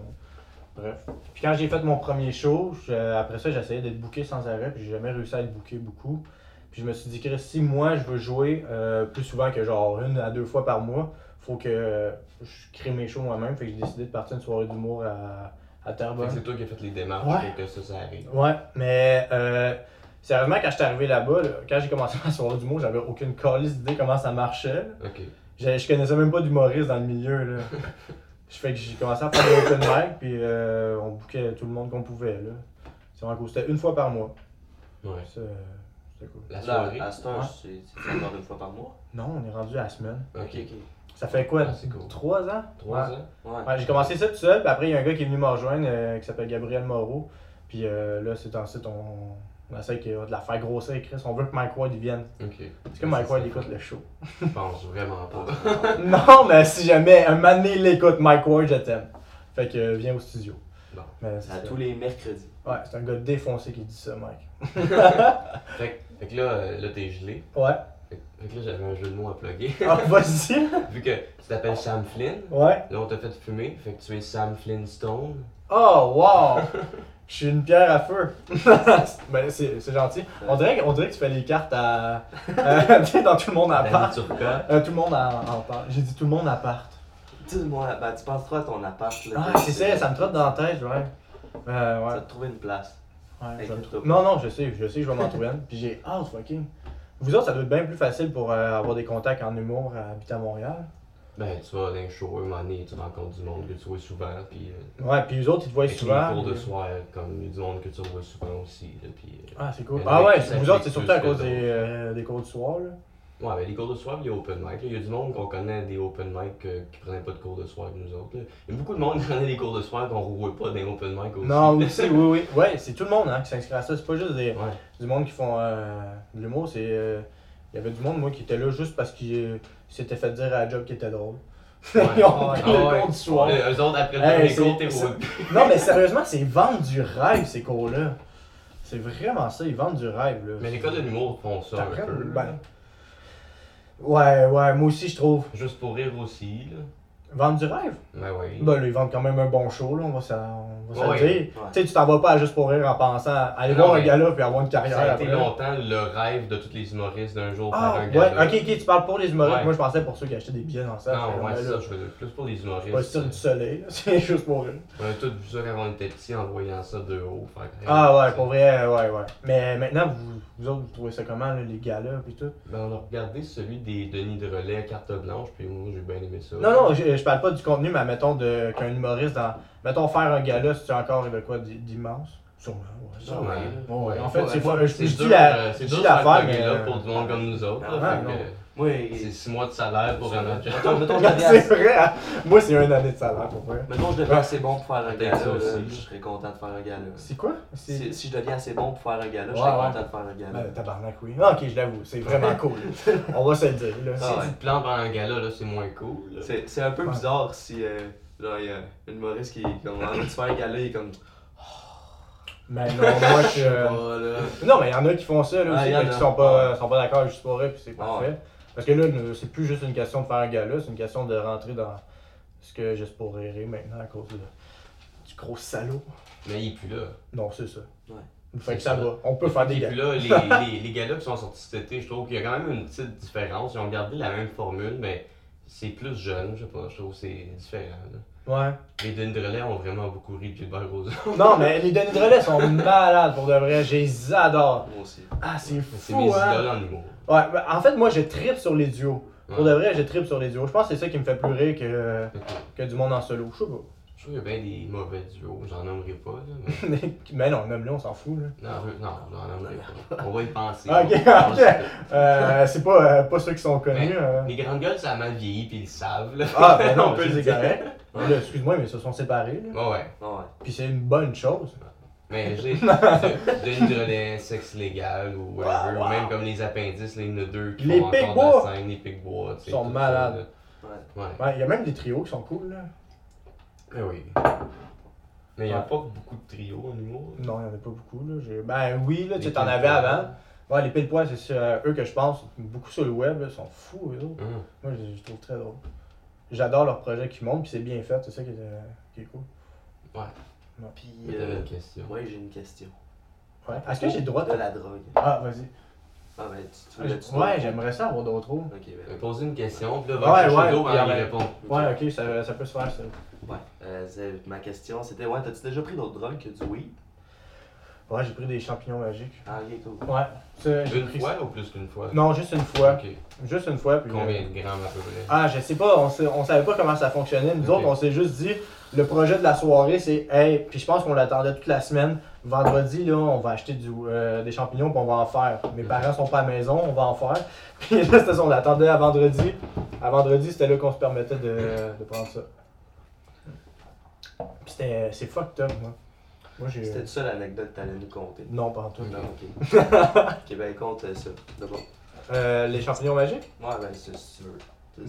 Bref. Puis quand j'ai fait mon premier show, je- après ça, j'essayais d'être booké sans arrêt puis j'ai jamais réussi à être booké beaucoup. Puis je me suis dit, Chris, si moi je veux jouer euh, plus souvent que genre une à deux fois par mois, faut que euh, je crée mes shows moi-même. Fait que j'ai décidé de partir une soirée d'humour à, à
Fait que
Terrebonne.
c'est toi qui as fait les démarches
Ouais.
pour que ça, ça arrive.
Ouais, mais euh, sérieusement, quand j'étais arrivé là-bas, là, quand j'ai commencé ma soirée d'humour, j'avais aucune calice d'idée comment ça marchait. là.
Ok.
Je, je connaissais même pas d'humoriste dans le milieu. Là. Je fais que j'ai commencé à faire des open mic, puis euh, on bouquait tout le monde qu'on pouvait. là. C'est vraiment cool. C'était une fois par mois.
Ouais.
Ça, euh, C'était cool.
La
Là,
soirée.
à cette heure,
Ouais.
c'est c'est encore une fois par mois.
Non, on est rendu à la semaine.
Ok.
Ça fait quoi?
Ah, c'est cool.
Trois ans?
Trois
Ouais.
ans?
Ouais.
Ouais, j'ai commencé ça tout seul, puis après, il y a un gars qui est venu me rejoindre euh, qui s'appelle Gabriel Moreau. Puis euh, là, c'est ensuite, on, on essaie que- de la faire grossir avec Chris. On veut que Mike Ward il vienne.
Ok.
Est-ce que Mike Ward écoute le show?
Je pense vraiment pas.
Non, mais si jamais, un moment donné, il écoute Mike Ward, je t'aime. Fait que euh, viens au studio.
Bon.
Mais c'est
À
ça.
tous les mercredis.
Ouais, c'est un gars défoncé qui dit ça, Mike.
Fait, que- fait que là, euh, là t'es gelé.
Ouais.
Fait que- fait que là, j'avais un jeu de mots à plugger.
Ah, vas-y.
Vu que tu t'appelles Sam Flynn,
Ouais.
là on t'a fait fumer, fait que tu es Sam Flintstone.
Oh, wow! Je suis une pierre à feu. ben, c'est c'est gentil. On dirait, que- on dirait que tu fais les cartes à. à- tu sais, dans tout le monde à part.
Danny Turcotte.
Euh, tout le monde en, en parle. J'ai dit tout le monde en part.
Dis-moi, ben, tu penses trop à ton appart. Là,
Ah,
t'as-
c'est ça, ça me trotte dans la tête, ouais. Euh,
Tu
ouais.
vas te trouver une place.
ouais je vais me
Inquiète-toi
trouver-
pas.
non, non, je sais, je sais, je vais m'en trouver une. Puis j'ai hâte, fucking. Vous autres, ça doit être bien plus facile pour euh, avoir des contacts en humour à habiter à Montréal.
Ben, tu vas dans un show, un moment donné, tu rencontres du monde que tu vois souvent, puis euh,
Ouais, puis eux autres, ils te voient
avec les
souvent.
cours de
puis-
soir, comme du monde que tu vois souvent aussi, là, puis... euh,
Ah, c'est cool.
Il y en a
Ah ouais,
qui s'appliquent
vous autres, c'est surtout à
plus que
cause des,
d'autres.
euh, des cours du soir, là.
Ouais, ben les cours de soir, il y a open mic. là. Il y a du monde qu'on connaît des open mic euh, qui prenaient pas de cours de soir que nous autres. là. Il y a beaucoup de monde qui prenait des cours de soir qu'on roulait pas des open mic aussi.
Non, aussi, oui, oui. Ouais, c'est tout le monde hein, qui s'inscrit à ça. C'est pas juste des-
Ouais.
du monde qui font euh, de l'humour. C'est, euh, il y avait du monde, moi, qui était là juste parce qu'il euh, s'était fait dire à la job qu'il était drôle.
Ouais.
Ils ont pris
Ah
le
ouais.
cours du soir.
Euh, eux autres, après le
Hey,
premier
c'est-
cours, t'es
c'est-
roulé.
Non, mais sérieusement, c'est vendre du rêve, ces cours-là. C'est vraiment ça, ils vendent du rêve, là.
Mais l'école de l'humour font ça un
T'apprends-
peu. là.
ben, Ouais, ouais, moi aussi, je trouve.
Juste pour rire aussi, là.
Vendre du rêve?
Ben oui.
Ben, là, ils vendent quand même un bon show, là, on va se, on va se
Ouais,
le dire.
ouais.
Tu sais, tu t'en vas pas à juste pour rire en pensant à aller
Non,
voir un
mais
gars-là puis avoir une carrière
ça a
après.
été longtemps le rêve de tous les humoristes d'un jour par
ben, Ah,
un
ouais,
gala.
ok, ok, tu parles pour les humoristes.
Ouais.
Moi, je pensais pour ceux qui achetaient des billets dans ça.
Non, ouais, c'est ça, je veux dire, plus pour les humoristes.
Pas le style du soleil, là, c'est juste pour rire.
On a tous vu ça quand on était petits en voyant ça de haut. fait que,
Ah, ouais,
c'est-
pour vrai, ouais, ouais. Mais maintenant, vous, vous autres, vous trouvez ça comment, là, les gars-là, puis tout
Ben, on a regardé celui des Denis de Relais, carte blanche, puis moi j'ai bien aimé ça.
Non, non, je, je je parle pas du contenu, mais mettons de- qu'un humoriste dans. Mettons faire un gala, si tu encore de quoi d'i- d'immense. Sûrement, ouais.
Sûrement.
sûrement.
Ouais.
Ouais,
Ouais.
En fait,
Ouais,
c'est
ouais,
pas. Je je
dur,
dis la.
euh, c'est
je
dur
dis
de faire
l'affaire,
plugger
mais,
là
euh,
pour du monde comme nous autres. là,
Ah,
fait
non.
que
Moi,
C'est 6 mois de salaire pour un an.
mettons, mettons, je
C'est
devais
vrai, hein? Moi, c'est une année de salaire pour vrai.
mettons, je deviens assez bon pour faire un
Peut-être
gala,
ça aussi.
là, je serais content de faire un gala.
C'est quoi C'est.
Si, si je deviens assez bon pour faire un gala, je
Ouais,
serais
ouais.
content de faire un gala.
Ben, tabarnak, oui. Ah, ok, je l'avoue, c'est vraiment cool. On va se le dire, là.
Ah,
Si
ouais.
tu te plantes pendant un gala, là, c'est moins cool. là.
C'est c'est un peu
Ouais.
bizarre si, euh, genre, il y a une humoriste qui est comme, envie de se faire un gala, il est comme,
Mais non, moi, je.
oh là.
Non, mais il y en a qui font ça, là,
Ah,
aussi,
y en
fait qu'ils
a.
sont pas, euh, sont pas d'accord juste pour eux, puis c'est
Ah,
parfait. Parce que là, nous, c'est plus juste une question de faire un gala, c'est une question de rentrer dans ce que juste pour rire est maintenant à cause de- du gros salaud.
Mais il est plus là.
Non, c'est ça.
Ouais.
Fait que
C'est
ça
ça.
va. On peut faire des
Et puis
galas.
là, les, les, les galas qui sont sortis cet été, je trouve qu'il y a quand même une petite différence. Ils ont gardé la même formule, mais c'est plus jeune, je sais pas, je trouve que c'est différent. là.
Ouais.
Les Dendrelais ont vraiment beaucoup ri de Gilbert Rosa.
Non, mais les Denis Drolet sont malades pour de vrai. Je les adore.
Moi aussi.
Ah, c'est
C'est mes
fou, hein.
idoles en humour.
Ouais, ben, en fait, moi, je tripe sur les duos. Pour
Ouais.
de vrai, je tripe sur les duos. Je pense que c'est ça qui me fait plus rire que,
Fait que
que du monde en solo. Je sais pas.
Je trouve qu'il y a bien des mauvais duos, j'en nommerai pas. Là, mais...
mais non, nomme-le, on s'en fout, là.
Non, je- non, j'en nommerai pas. On va y penser.
Ok,
On va-
ok. Euh, c'est pas, euh, pas ceux qui sont connus.
Mais-
euh.
Les grandes gueules, ça a mal vieilli, puis ils le savent. Là.
Ah, ben non,
On peut
c'est
le
c'est
dire.
correct. Là, excuse-moi, mais ils se sont séparés. là.
Ouais, ouais.
Ah ouais.
Puis c'est une bonne chose.
Mais j'ai Denis Drolet, sexe légal ou whatever,
Wow, wow.
ou même comme les appendices, là, il y en a deux qui
Les
font encore de
Picbois.
la scène, les Picbois, tu sais.
Ils sont
tout ça,
malades.
là. Ouais.
Ouais, Il y a même des trios qui sont cool. Là.
Mais Eh oui. Mais il n'y a pas beaucoup de trios en humour.
Non, il n'y en a pas beaucoup. Là. J'ai- Ben oui, là, tu sais,
Les
t'en avais
Picbois.
avant. Ouais, les pile poils, c'est sur- euh, eux que je pense. Beaucoup sur le web, là, ils sont fous, eux autres.
Hum.
Moi, je les trouve très drôles. J'adore leurs projets qui montent, puis c'est bien fait, c'est ça qui est, euh, qui est cool.
Puis,
Mais t'avais
euh,
une question.
ouais, j'ai une question.
Ouais. Est-ce que j'ai le droit
De
de.
la drogue.
Ah, vas-y.
Ah ben, tu, tu, tu- tu-
Ouais, j'aimerais ça avoir d'autres rôles.
Ok, ben.
T'as posé une question, puis là,
Ouais,
va chercher
ouais,
l'eau
puis
avant d'y
après-
répondre.
ok.
Ouais, ok, ça, ça peut se faire, ça.
Ouais. Euh, c'est- ma question, c'était, ouais, t'as-tu déjà pris d'autres drogues que du weed?
Ouais, j'ai pris des champignons magiques.
Ah, ok, cool.
Ouais. Ça, j'ai
Une
pris
fois ou plus qu'une fois?
ça. Non, juste une fois.
Ok.
Juste une fois. Puis
Combien de grammes à peu près?
Ah, je sais pas, on, sait- on savait pas comment ça fonctionnait. Nous
Ok.
autres, on s'est juste dit, le projet de la soirée, c'est, hey, puis je pense qu'on l'attendait toute la semaine. Vendredi, là, on va acheter du, euh, des champignons, puis on va en faire. Mes parents sont pas à la maison, on va en faire. Puis là, c'était ça, on l'attendait à vendredi. À vendredi, c'était là qu'on se permettait de, de prendre ça. Puis c'était, c'est fucked up, moi. Moi, j'ai.
C'était ça l'anecdote que t'allais nous conter.
Non, pas en tout.
Non, ok. ok, ben, compte euh, ça. D'abord.
Euh, les champignons magiques?
Ouais, ben, c'est- si tu veux.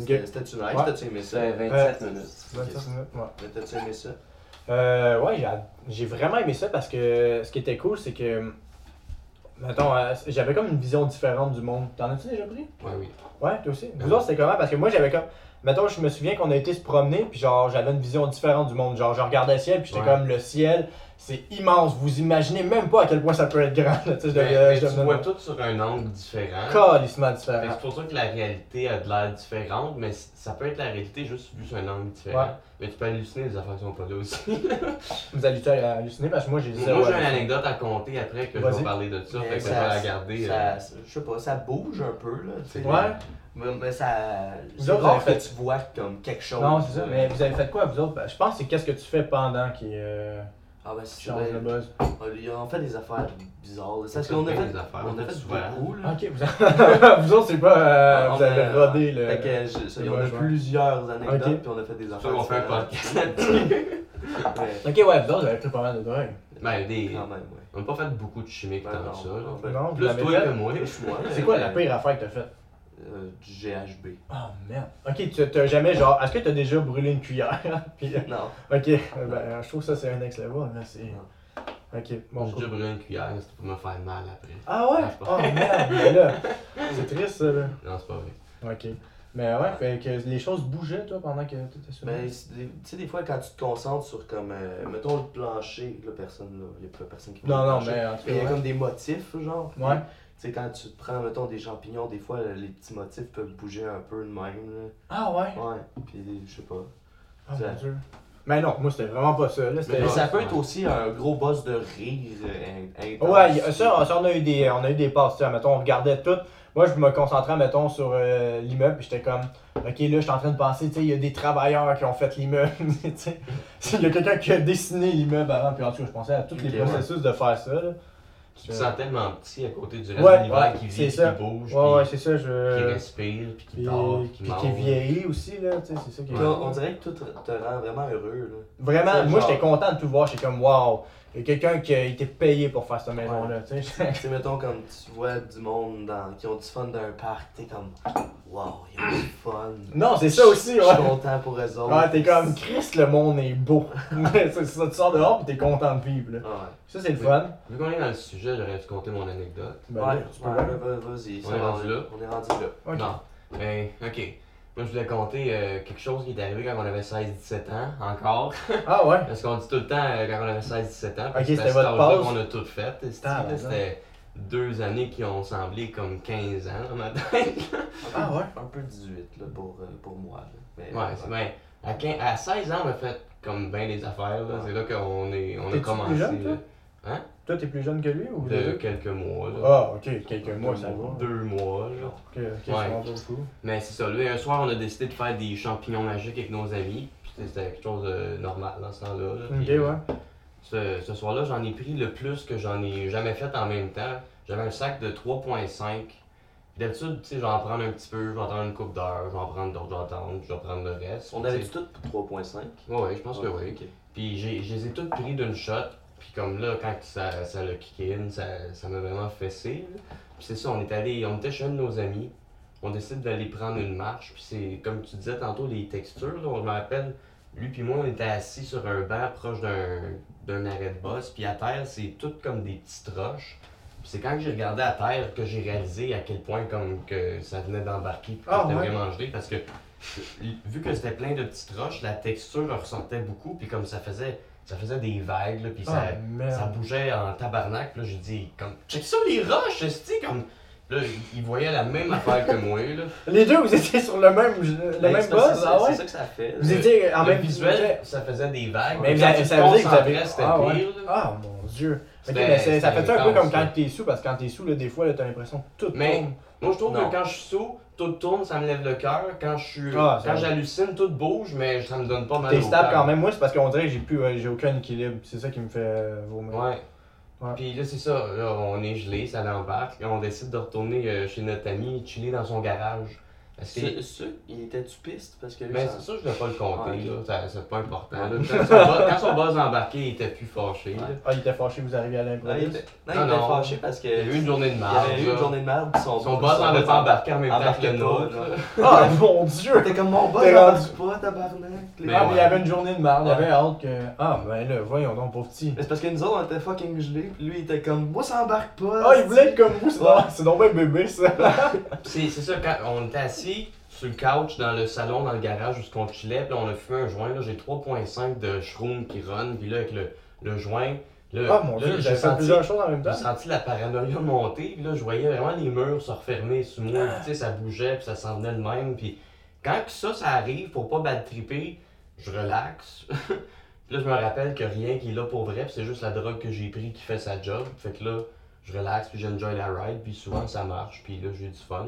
Ok.
C'était-tu nice?
Ouais. Euh,
T'as-tu aimé ça?
C'est 27 minutes.
Ouais, ça, c'est ça. Ouais.
Mais T'as-tu aimé ça?
Euh, ouais, j'ai- j'ai vraiment aimé ça parce que ce qui était cool, c'est que. Mettons, euh, j'avais comme une vision différente du monde. T'en as-tu déjà pris
Ouais, oui.
Ouais, toi aussi. Vous
Ouais.
autres, c'était comment Parce que moi, j'avais comme. Mettons, je me souviens qu'on a été se promener, puis genre, j'avais une vision différente du monde. Genre, je regardais le ciel, puis j'étais
Ouais.
comme, le ciel, c'est immense. Vous imaginez même pas à quel point ça peut être grand. là. Tu sais, je
Mais-
devenais-
mais tu
je
vois
devenais
tout sur un angle différent.
calissement
Fait que
différent.
C'est pour ça que la réalité a de l'air différente, mais c- ça peut être la réalité juste vue sur un angle différent.
Ouais.
Mais tu peux halluciner des affaires qui sont pas là aussi.
Vous allez halluciner parce que moi, j'ai zéro
Moi, j'ai une
halluciné.
anecdote à compter après que je
Vas-y.
vais parler de ça, fait
Mais
que je vais la garder. euh,
ça- je sais pas, ça bouge un peu, là. tu sais.
euh. Ouais.
Mais, mais ça.
Vous
C'est
autres,
rare
vous avez
que tu vois comme quelque chose. euh.
Non, c'est ça. Mais vous avez fait quoi, vous autres Ben, Je pense que c'est qu'est-ce que tu fais pendant qui euh,
Ah, ben, c'est
change le
vrai.
buzz.
Ils ont fait des affaires bizarres. là. C'est parce
Ça
qu'on a
fait
fait.
des affaires,
On a fait
souvent.
beaucoup, là.
Ah, Ok, vous, vous autres, c'est pas. euh,
Ah, On
vous avez
a-
rodé le.
Fait que, je- ça, il y en
Ouais,
a
je vois.
plusieurs
Ok.
anecdotes, puis on a fait des
C'est pour ça qu'on
affaires.
fait un
différentes.
podcast là-dessus.
Ouais,
Ok, ouais, vous autres, vous avez pris pas mal de drogue.
Ben, des...
Quand même, ouais.
On n'a pas fait beaucoup de chimiques
Ben
tant
non,
que ça.
en
là.
fait.
Non, vous
Plus
l'avez
toi
fait.
que moi.
Plus moi.
C'est quoi la pire affaire que t'as faite
Euh, Du GHB.
Oh merde. Ok, tu t'as jamais genre. Est-ce que t'as déjà brûlé une cuillère Puis, euh,
Non.
Ok, euh, ben, je trouve ça c'est un next level. Là, c'est... Ok, bon.
J'ai
cool.
déjà brûlé une cuillère, c'était pour me faire mal après.
Ah ouais
Ah, je
Oh
pense.
merde, mais là. C'est triste ça, là.
Non, c'est pas vrai.
Ok. Mais ouais, fait que les choses bougeaient, toi, pendant que t'étais sur
Mais c'est ben, des- tu sais, des fois, quand tu te concentres sur comme. euh, mettons le plancher, là, personne, là. Il n'y a pas personne qui voit
Non,
le
non,
plancher.
mais en tout
Il y a
cas.
comme des motifs, genre.
Ouais.
Tu sais, quand tu te prends, mettons, des champignons, des fois, les petits motifs peuvent bouger un peu de même,
Ah ouais
là. Ouais, puis je sais pas.
Oh mon dieu. Mais non, moi, c'était vraiment pas ça. Là, c'était.
Mais ça peut être aussi un gros boss de rire euh, in- intense.
Ouais, y a- ça, ça, on a eu des, on a eu des passes, tu sais, mettons, on regardait tout, Moi, je me concentrais, mettons, sur euh, l'immeuble, puis j'étais comme, ok, là, je suis en train de penser, tu sais, il y a des travailleurs qui ont fait l'immeuble, tu sais. Il y a quelqu'un qui a dessiné l'immeuble avant, puis en tout cas, je pensais à tous les
Ok, ouais.
processus de faire ça, là.
Tu te sens tellement petit à côté du reste
Ouais,
de l'univers
ouais,
qui
c'est
vit,
ça.
qui bouge,
Ouais, ouais,
puis
c'est ça,
qui
je.
respire, puis qui
Puis,
dort, qui
puis
mange.
qui est vieilli aussi, là, tu sais, c'est ça qui est.
Puis On, on dirait que tout te- te rend vraiment heureux.
Vraiment,
C'est
moi,
genre-
j'étais content de tout voir, j'étais comme, wow, il y a quelqu'un qui a été payé pour faire cette maison-là, tu sais.
Là. tu sais, mettons, quand tu vois du monde dans- qui ont du fun dans un parc, t'es comme, wow, ils ont du fun.
Non, c'est ça aussi,
Je suis
ouais.
content pour eux autres.
Ouais, t'es comme, Chris, le monde est beau. c'est ça, tu sors dehors, puis t'es content de vivre, là.
Ah ouais.
Ça, c'est le
Oui.
fun.
Vu qu'on est dans le sujet, j'aurais dû compter mon anecdote.
Ben,
ouais,
là, tu peux
ouais,
bien.
vas- vas-y.
On
ça
est
va,
rendu là?
On est rendu là.
Ok.
Non. Ben, ok. Moi, je voulais compter euh, quelque chose qui est arrivé quand on avait 16-17 ans, encore.
Ah ouais?
Parce qu'on dit tout le temps euh, quand on avait 16-17 ans.
Ok,
parce que
c'était
à cet
votre
âge-là
pause.
qu'on a tout fait. esti,
Ah,
là,
ben
C'était deux années qui ont semblé comme 15 ans dans ma tête.
Ah ouais?
Un peu 18 là, pour, euh, pour moi. là. Mais, euh,
Ouais, c'est ben, à, 15 à 16 ans, on a fait comme bien des affaires. là. C'est là qu'on est, on a
T'es-tu
commencé.
plus jeune, toi?
là,
Toi, t'es plus jeune que lui ou
de
deux?
quelques mois. Là.
Ah, ok, quelques mois, ça va. Ok,
Deux mois, là.
ok, c'est vraiment pas fou.
Mais c'est ça, là, un soir, on a décidé de faire des champignons magiques avec nos amis. Puis c'était- C'était quelque chose de normal dans ce temps-là. là.
Ok,
Puis, euh,
ouais.
Ce, ce soir-là, j'en ai pris le plus que j'en ai jamais fait en même temps. J'avais un sac de 3.5. Puis D'habitude, tu sais, j'en prends un petit peu, j'en prends une coupe d'heure, j'en prends d'autres, j'en prends, j'en prends le reste.
On
Puis,
avait
tu
du
sais,
tout pour 3.5.
Ouais, ouais, je pense que
Ouais,
oui.
ok.
Puis j'ai- je les ai toutes pris d'une shot. Puis comme là, quand ça, ça l'a kické in, ça ça m'a vraiment fessé. là. Puis c'est ça, on est allé, on était chez un de nos amis. On décide d'aller prendre une marche. Puis c'est, comme tu disais tantôt, les textures, là, on me rappelle, lui puis moi, on était assis sur un banc proche d'un, d'un arrêt de bus. Puis à terre, c'est tout comme des petites roches. Puis c'est quand j'ai regardé à terre que j'ai réalisé à quel point comme que ça venait d'embarquer puis que
Ah,
c'était
ouais.
vraiment gelé. Parce que vu que c'était plein de petites roches, la texture ressortait beaucoup, puis comme ça faisait, ça faisait des vagues, là, puis ça,
Ah, merde.
ça bougeait en tabarnak. Puis là, j'ai dit, comme, check ça les roches, c'est comme. Là, il voyait la même affaire que moi, là.
Les deux, vous étiez sur le même, le
Ben,
même
c'est parce que
buzz,
c'est-
ah
C'est
ouais?
ça que ça fait.
Vous étiez en
le
même
visuel, ça faisait des vagues.
Mais
ça,
ça, ça veut dire que vous avez.
c'était
Ah, ouais.
pire, là.
ah mon dieu. Ok,
C'était-
mais c'est- ça
c'était
fait ça un peu
intense,
comme quand
là.
t'es sous, parce que quand t'es sous, là, des fois, là, t'as l'impression que tout
Mais-
tombe.
Moi, je trouve
Non.
que quand je suis sous, tout tourne, ça me lève le cœur. Quand je suis,
Ah, c'est
quand
vrai.
j'hallucine, tout bouge, mais ça me donne pas mal
T'es
au
stable
cœur.
quand même, moi, c'est parce qu'on dirait que j'ai plus, ouais, j'ai aucun équilibre. C'est ça qui me fait euh, vomir.
Ouais.
Ouais.
Puis là, c'est ça, là, on est gelé, ça l'embarque, et on décide de retourner euh, chez notre ami, chiller dans son garage. Parce que-
Ce, ce, il était du piste parce que lui,
Mais Ben,
ça-
c'est ça, je ne vais pas le compter,
Ah,
là, ça- c'est pas important. là. Quand son boss- Quand son boss embarqué, il était plus fâché. là.
Ah, il était fâché, vous arrivez à
Non, il était,
l'improviste.
non,
Non,
il était
non.
fâché parce que.
Il y a eu une journée de
il
marge.
avait eu une journée de merde. puis Son,
Son boss n'avait pas embarqué en même temps que
embarqué
le nôtre. là.
Ah mon dieu!
T'es comme mon boss,
T'es
embarque pas, tabarnak. les
Mais
Ah,
gars.
mais il y avait une journée de merde, il y avait hâte que. Ah, ben là, voyons donc, pauvre petit.
Mais c'est parce que nous autres, on était fucking gelés. Puis lui, il était comme, moi, ça embarque pas.
Ah, il voulait être comme vous, c'est
Ouais.
donc- c'est donc bien bébé ça.
C'est c'est ça, quand on était assis sur le couch dans le salon, dans le garage où on chillait, puis là, on a fumé un joint, là j'ai 3.5 de shroom qui run, puis là avec le, le joint, là,
Ah mon
là,
dieu,
j'ai
j'ai fait
senti,
plusieurs choses en même temps.
j'ai senti la paranoïa monter, puis là je voyais vraiment les murs se refermer sous moi, puis, tu sais, ça bougeait, puis ça s'en venait de même, puis quand que ça, ça arrive, pour pas bad tripper, je relaxe. puis là je me rappelle que rien qui est là pour vrai, puis c'est juste la drogue que j'ai pris qui fait sa job, fait que là, je relaxe, puis j'enjoy la ride, puis souvent ça marche, puis là j'ai du fun.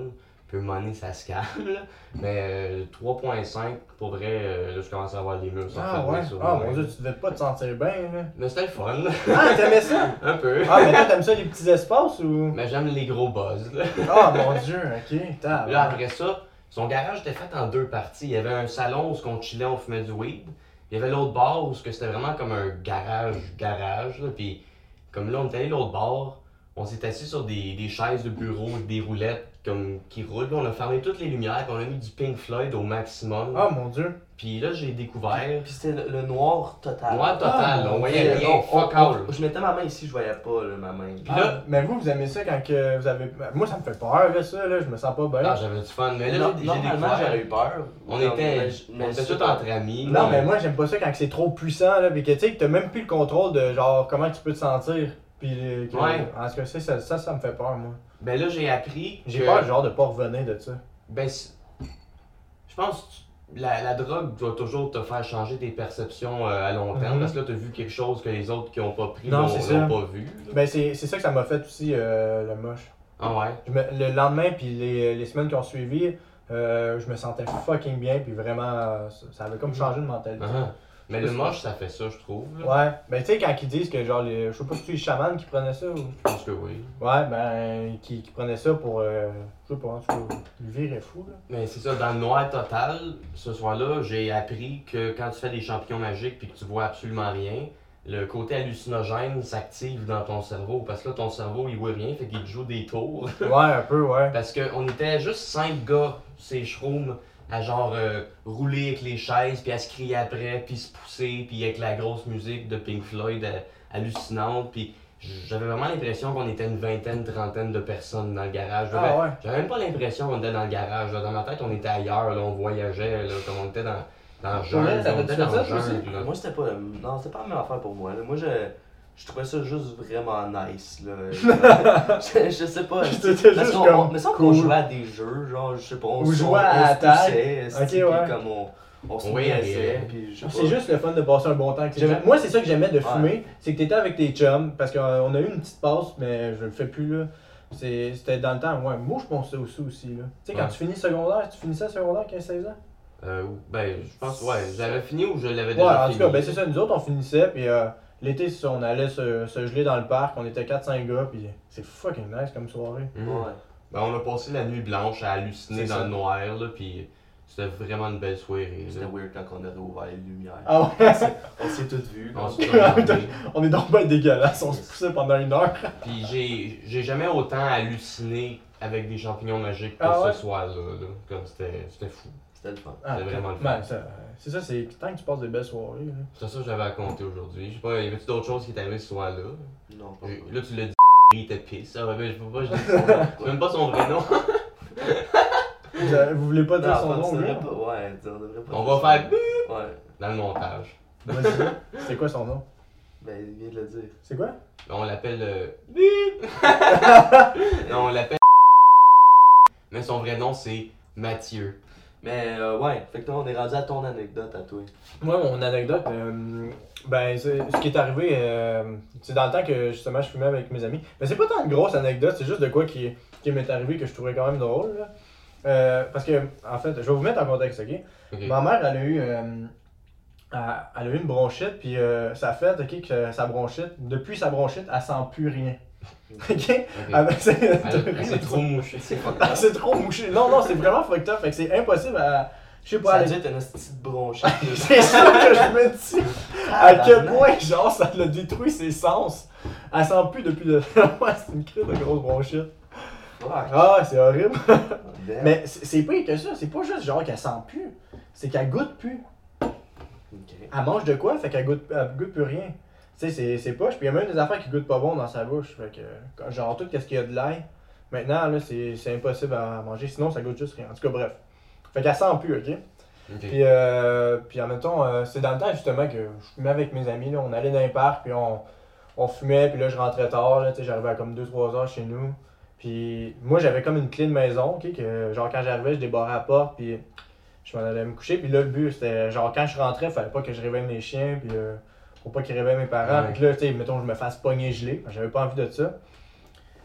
Puis à un moment donné, ça se calme, là. Mais euh, 3.5, pour vrai, euh, là, je commence à avoir les murs. sans
Ah
fermer
ouais?
sur
Ah
moi.
mon dieu, tu devais pas te sentir bien là.
Mais c'était le fun, là.
Ah, t'aimais ça?
un peu.
Ah, mais toi, t'aimes ça les petits espaces ou.
Mais j'aime les gros buzz, là.
Ah mon dieu, ok,
Ah,
t'as.
Là, après ça, son garage était fait en deux parties. Il y avait un salon où on chillait, on fumait du weed. Il y avait l'autre bar où ce que c'était vraiment comme un garage, garage. là. Puis comme là, on est allé à l'autre bar, on s'est assis sur des, des chaises de bureau, des roulettes comme, qui roulent. Là, on a fermé toutes les lumières, puis on a mis du Pink Floyd au maximum.
Ah mon dieu.
Puis là, j'ai découvert.
Puis c'était le, le noir total.
Noir total,
Ah,
là, on voyait
Et,
rien,
on-
fuck
on-
all.
on- Je mettais ma main ici, je voyais pas là, ma main.
Puis là-
Ah, mais vous, vous aimez ça quand que vous avez. Moi, ça me fait peur là, ça, là, je me sens pas bien.
Ah, j'avais du fun, mais là,
Non,
j'ai j'ai
normalement,
découvert.
j'aurais eu peur.
On
Comme,
était,
mais je-
on
mais
était
c'est-
tous entre amis.
Non, mais moi, j'aime pas ça quand c'est trop puissant, là, pis que tu sais, que t'as même plus le contrôle de genre comment tu peux te sentir. Pis euh, que-
Ouais.
En tout cas, ça, ça, ça, ça me fait peur, moi.
Ben là, j'ai appris.
J'ai
que-
peur, genre, de pas revenir de ça.
Ben, c'est- je pense que tu- la, la drogue doit toujours te faire changer tes perceptions euh, à long terme
Mhm.
parce que là, tu as vu quelque chose que les autres qui n'ont pas pris
Non,
n'ont
c'est
n'ont
ça.
pas vu. là.
Ben, c'est c'est ça que ça m'a fait aussi, euh, le moche.
Ah ouais.
Je me- le lendemain, puis les, les semaines qui ont suivi, euh, je me sentais fucking bien, puis vraiment, euh, ça, ça avait comme changé de mentalité.
Ah. Mais le moche, ça fait ça, je trouve. là.
Ouais, ben tu sais, quand ils disent que genre, les, je sais pas si tu es chaman qui prenait ça ou.
Je pense que oui.
Ouais, ben, qui, qui prenait ça pour. euh, je sais pas, en tout cas, le virer fou, là.
Mais c'est ça, dans le noir total, ce soir-là, j'ai appris que quand tu fais des champignons magiques puis que tu vois absolument rien, le côté hallucinogène s'active dans ton cerveau parce que là, ton cerveau, il voit rien, fait qu'il te joue des tours.
Ouais, un peu, ouais.
Parce qu'on était juste cinq gars, ces shrooms, à genre euh, rouler avec les chaises, puis à se crier après, puis se pousser, puis avec la grosse musique de Pink Floyd euh, hallucinante, puis j'avais vraiment l'impression qu'on était une vingtaine, trentaine de personnes dans le garage. J'avais-
Ah ouais.
J'avais même pas l'impression qu'on était dans le garage. là. Dans ma tête, on était ailleurs, là, on voyageait, là, comme on était dans, dans le jungle,
Ouais,
on
t'avais
était
déjà
dans le
ça, toi aussi?
jungle, là.
Moi, c'était pas, non, c'était pas la même affaire pour moi. là. Moi, je, je trouvais ça juste vraiment nice. Là. je, je sais pas.
C'était
c'est-
juste
qu'on-
comme
on- me semble qu'on
cool.
jouait à des jeux, genre, je sais pas, on,
Ou
se-
jouait à
on
la
se
tag.
poussait,
Ok,
puis
ouais.
comme on, on se
Oui,
niaisait,
euh,
puis je sais
C'est
pas.
juste le fun de passer un bon temps. avec ses chums. Moi, c'est ça que j'aimais de fumer, c'est que t'étais avec tes chums, parce qu'on a eu une petite passe, mais je le fais plus là. C'est- C'était dans le temps, ouais. Moi, je pensais aussi, aussi là. Tu sais, quand
Ouais.
tu finis secondaire, tu finissais secondaire 15-16 ans?
Euh, ben, je pense, ouais, j'avais fini ou je l'avais
Ouais,
déjà
en
fini.
tout cas, ben c'est ça, nous autres, on finissait, puis euh, l'été, c'est ça, on allait se, se geler dans le parc, on était 4-5 gars, puis c'est fucking nice comme soirée.
Mhm.
Ouais.
Ben, on a passé la nuit blanche à halluciner
C'est
dans
ça.
le noir, là, puis c'était vraiment une belle soirée.
C'était
Là.
weird quand on a réouvert les lumières.
Mm. Ah ouais,
On s'est tous vus.
On
là.
s'est regardé.
on est donc bien dégueulasse, on se poussait pendant une heure.
Puis j'ai- j'ai jamais autant halluciné avec des champignons magiques que
Ah ouais?
ce soir-là. là. Comme c'était c'était fou.
C'était le fun.
Ah,
C'est vraiment le fun.
ben, ça- c'est ça, c'est tant que tu passes des belles soirées. là.
C'est ça que j'avais à compter aujourd'hui. Je sais pas, y avait-tu d'autres choses qui t'arrivaient ce soir-là?
Non, pas
J'ai-
vrai.
Là, tu l'as dit, il était pisse. Ah, ben, je peux pas, je dis son nom. même pas son vrai nom.
Vous, euh, vous voulez pas dire
Non,
son
on
nom,
devrait
là?
pas- Ouais, on devrait pas
On
dire
va faire
son
bip
nom. Ouais,
dans le montage.
Vas-y. C'est quoi son nom?
ben, il vient de le dire.
C'est quoi?
On l'appelle. euh, bip Non, on l'appelle. Mais son vrai nom, c'est Mathieu.
Mais euh, ouais, fait que toi, on est rendu à ton anecdote à toi.
Moi, mon anecdote, euh, ben, c'est- ce qui est arrivé, euh, c'est dans le temps que justement je fumais avec mes amis. Mais c'est pas tant une grosse anecdote, c'est juste de quoi qui, qui m'est arrivé que je trouvais quand même drôle. là. Euh, parce que, en fait, je vais vous mettre en contexte, ok?
Ok.
Ma mère, elle a eu, euh, elle- elle a eu une bronchite, puis euh, ça a fait ok, que sa bronchite, depuis sa bronchite, elle sent plus rien. ok?
Ok.
Elle- c'est-
Elle- elle s'est trop mouchée.
C'est pas
elle s'est trop mouchée. Non, non, c'est vraiment fucked up, fait que c'est impossible à. Je sais pas,
Ça
à
a dû être une petite bronchite.
c'est ça que je me dis. À quel point, genre, ça l'a détruit ses sens. Elle sent plus depuis le. Ouais, c'est une crise de grosse bronchite.
Fuck.
Ah, c'est horrible.
Damn.
Mais c'est c'est pire que ça. C'est pas juste genre qu'elle sent plus. C'est qu'elle goûte plus.
Ok.
Elle mange de quoi, fait qu'elle goûte, elle goûte plus rien. Tu sais, c'est- c'est poche. Puis il y a même des affaires qui goûtent pas bon dans sa bouche. Fait que, genre, tout ce qu'il y a de l'ail, maintenant, là, c'est c'est impossible à manger. Sinon, ça goûte juste rien. En tout cas, bref. Fait qu'elle sent plus, ok?
Ok.
Puis, euh, puis en même temps, euh, c'est dans le temps justement que je fumais avec mes amis. Là, on allait dans les parcs, puis on, on fumait, puis là je rentrais tard. Là, tu sais, j'arrivais à comme 2-3 heures chez nous. Puis moi j'avais comme une clé de maison, ok, que genre quand j'arrivais, je débarrais la porte, puis je m'en allais me coucher. Puis là, le but c'était genre quand je rentrais, fallait pas que je réveille mes chiens, puis euh, faut pas qu'ils réveillent mes parents.
Ouais.
Puis là, tu sais, mettons, je me fasse pogner gelé, parce que j'avais pas envie de ça.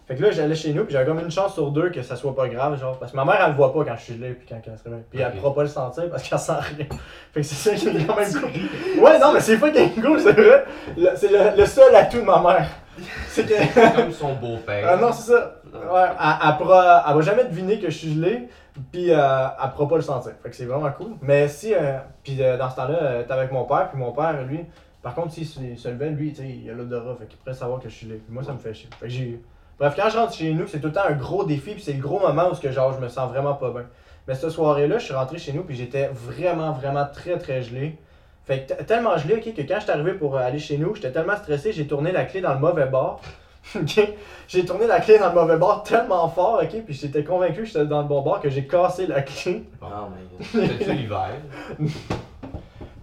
Fait que là, j'allais chez nous, puis j'avais comme une chance sur deux que ça soit pas grave, genre, parce que ma mère, elle le voit pas quand je suis gelé, puis quand elle se réveille. Puis
Ok.
elle pourra pas le sentir parce qu'elle sent rien. Fait que c'est ça qui est quand même cool. Ouais, non, mais c'est fucking cool, c'est vrai. Le- C'est le, le seul atout de ma mère. C'est que.
C'est comme son beau-père.
Ah non, c'est ça. Ouais, elle, elle pourra- elle va jamais deviner que je suis gelé, puis euh, elle pourra pas le sentir. Fait que c'est vraiment cool. Mais si, euh, puis euh, dans ce temps-là, euh, t'es avec mon père, puis mon père, lui, par contre, s'il se, se levait, lui, tu sais, il a l'odorat, fait qu'il pourrait savoir que je suis gelé. Puis moi, ça me fait chier. Fait que j'ai. Bref, quand je rentre chez nous, c'est tout le temps un gros défi, puis c'est le gros moment où ce que, genre, je me sens vraiment pas bien. Mais cette soirée-là, je suis rentré chez nous, puis j'étais vraiment, vraiment très, très gelé. Fait que t- tellement gelé, ok, que quand je suis arrivé pour euh, aller chez nous, j'étais tellement stressé, j'ai tourné la clé dans le mauvais bord. ok? J'ai tourné la clé dans le mauvais bord tellement fort, ok, puis j'étais convaincu que j'étais dans le bon bord que j'ai cassé la clé.
Oh my god.
C'était-tu l'hiver?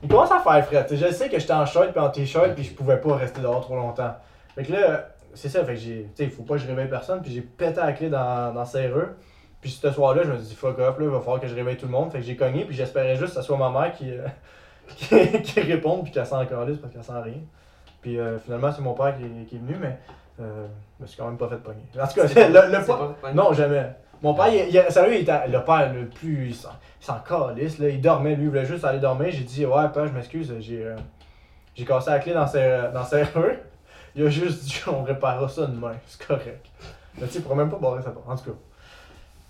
Il commence à faire frais, tu sais, je sais que j'étais en short puis en t-shirt puis je pouvais pas rester dehors trop longtemps. Fait que là, c'est ça, fait que j'ai, tu sais, faut pas que je réveille personne puis j'ai pété la clé dans, dans serreux. Puis ce soir-là, je me suis dit fuck off, là, il va falloir que je réveille tout le monde. Fait que j'ai cogné puis j'espérais juste que ce soit ma mère qui, euh, qui, qui réponde puis qu'elle sent encore lisse parce qu'elle sent rien. Puis euh, finalement, c'est mon père qui, qui est venu, mais Euh, je me suis quand même pas fait pogner. En tout cas, le, le,
C'est
pas-
pas-
non, jamais. Mon père, il, il- sérieux, il était le père le plus. Il s'en- il s'en calisse, là. Il dormait, lui, il voulait juste aller dormir. J'ai dit, ouais, père, je m'excuse, j'ai euh, j'ai cassé la clé dans ses, euh, dans ses serrures. Il a juste dit, on réparera ça demain, c'est correct. Mais tu sais, il pourrait même pas barrer sa porte. En tout cas.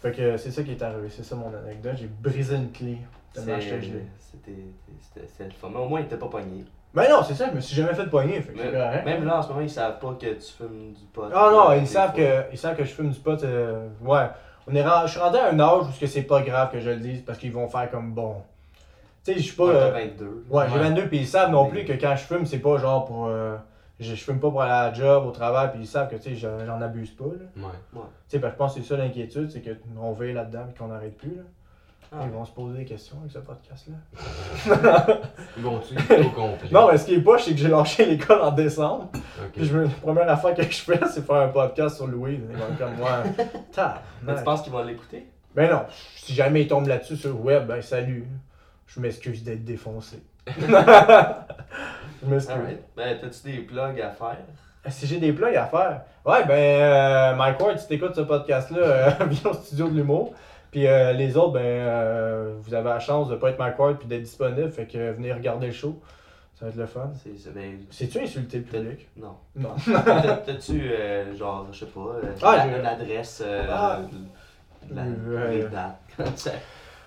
Fait que euh, c'est ça qui est arrivé, c'est ça mon anecdote. J'ai brisé une clé. Tellement j'étais gelé.
C'était c'était- c'était le fun. Mais au moins, il était pas pogné.
Mais non, c'est ça, je me suis jamais fait pogner, fait que c'est correct.
Même, même là, en ce moment, ils savent pas que tu fumes du pot.
Ah non,
Euh,
ils
des
savent,
fois.
que, ils savent que je fume du pot. euh, ouais. On est ren- je suis rendu à un âge où ce que c'est pas grave que je le dise parce qu'ils vont faire comme bon. Tu sais, je suis pas.
Ouais,
euh,
t'as 22.
ouais, j'ai
Ouais.
22 puis ils savent non
Mais-
plus que quand je fume, c'est pas genre pour. euh, je, je fume pas pour aller à la job, au travail, puis ils savent que tu sais, je- j'en abuse pas. là.
Ouais.
Tu sais, ben, je pense que c'est ça l'inquiétude, c'est qu'on veille là-dedans et qu'on n'arrête plus. Là.
Ah.
Ils vont se poser des questions avec ce podcast-là.
Ils vont tuer tout au complet.
Non, mais ce qui est poche, c'est que j'ai lâché l'école en décembre.
Ok.
Puis je me- la première affaire que je fais, c'est faire un podcast sur Louis. Ils vont être comme moi.
Mais tu penses qu'ils vont l'écouter?
Ben non, si jamais il tombe là-dessus sur le web, ben salut. Je m'excuse d'être défoncé. je m'excuse. Ah,
Alright. Ben, t'as-tu des plugs à faire?
Si j'ai des plugs à faire. Ouais, ben, euh, Mike Ward, si t'écoutes ce podcast-là, euh, viens au studio de l'humour. Puis euh, les autres, ben, euh, vous avez la chance de pas être Mike Ward puis d'être disponible. Fait que euh, venez regarder le show. Ça va être le fun.
C'est, c'est- ben,
C'est-tu insulté le public?
non.
Non.
T'as- T'as-tu, euh, genre, je sais pas, euh,
Ah,
la-
j'ai-
une adresse, euh,
Ah.
de- la,
Euh,
les dates, comme ça.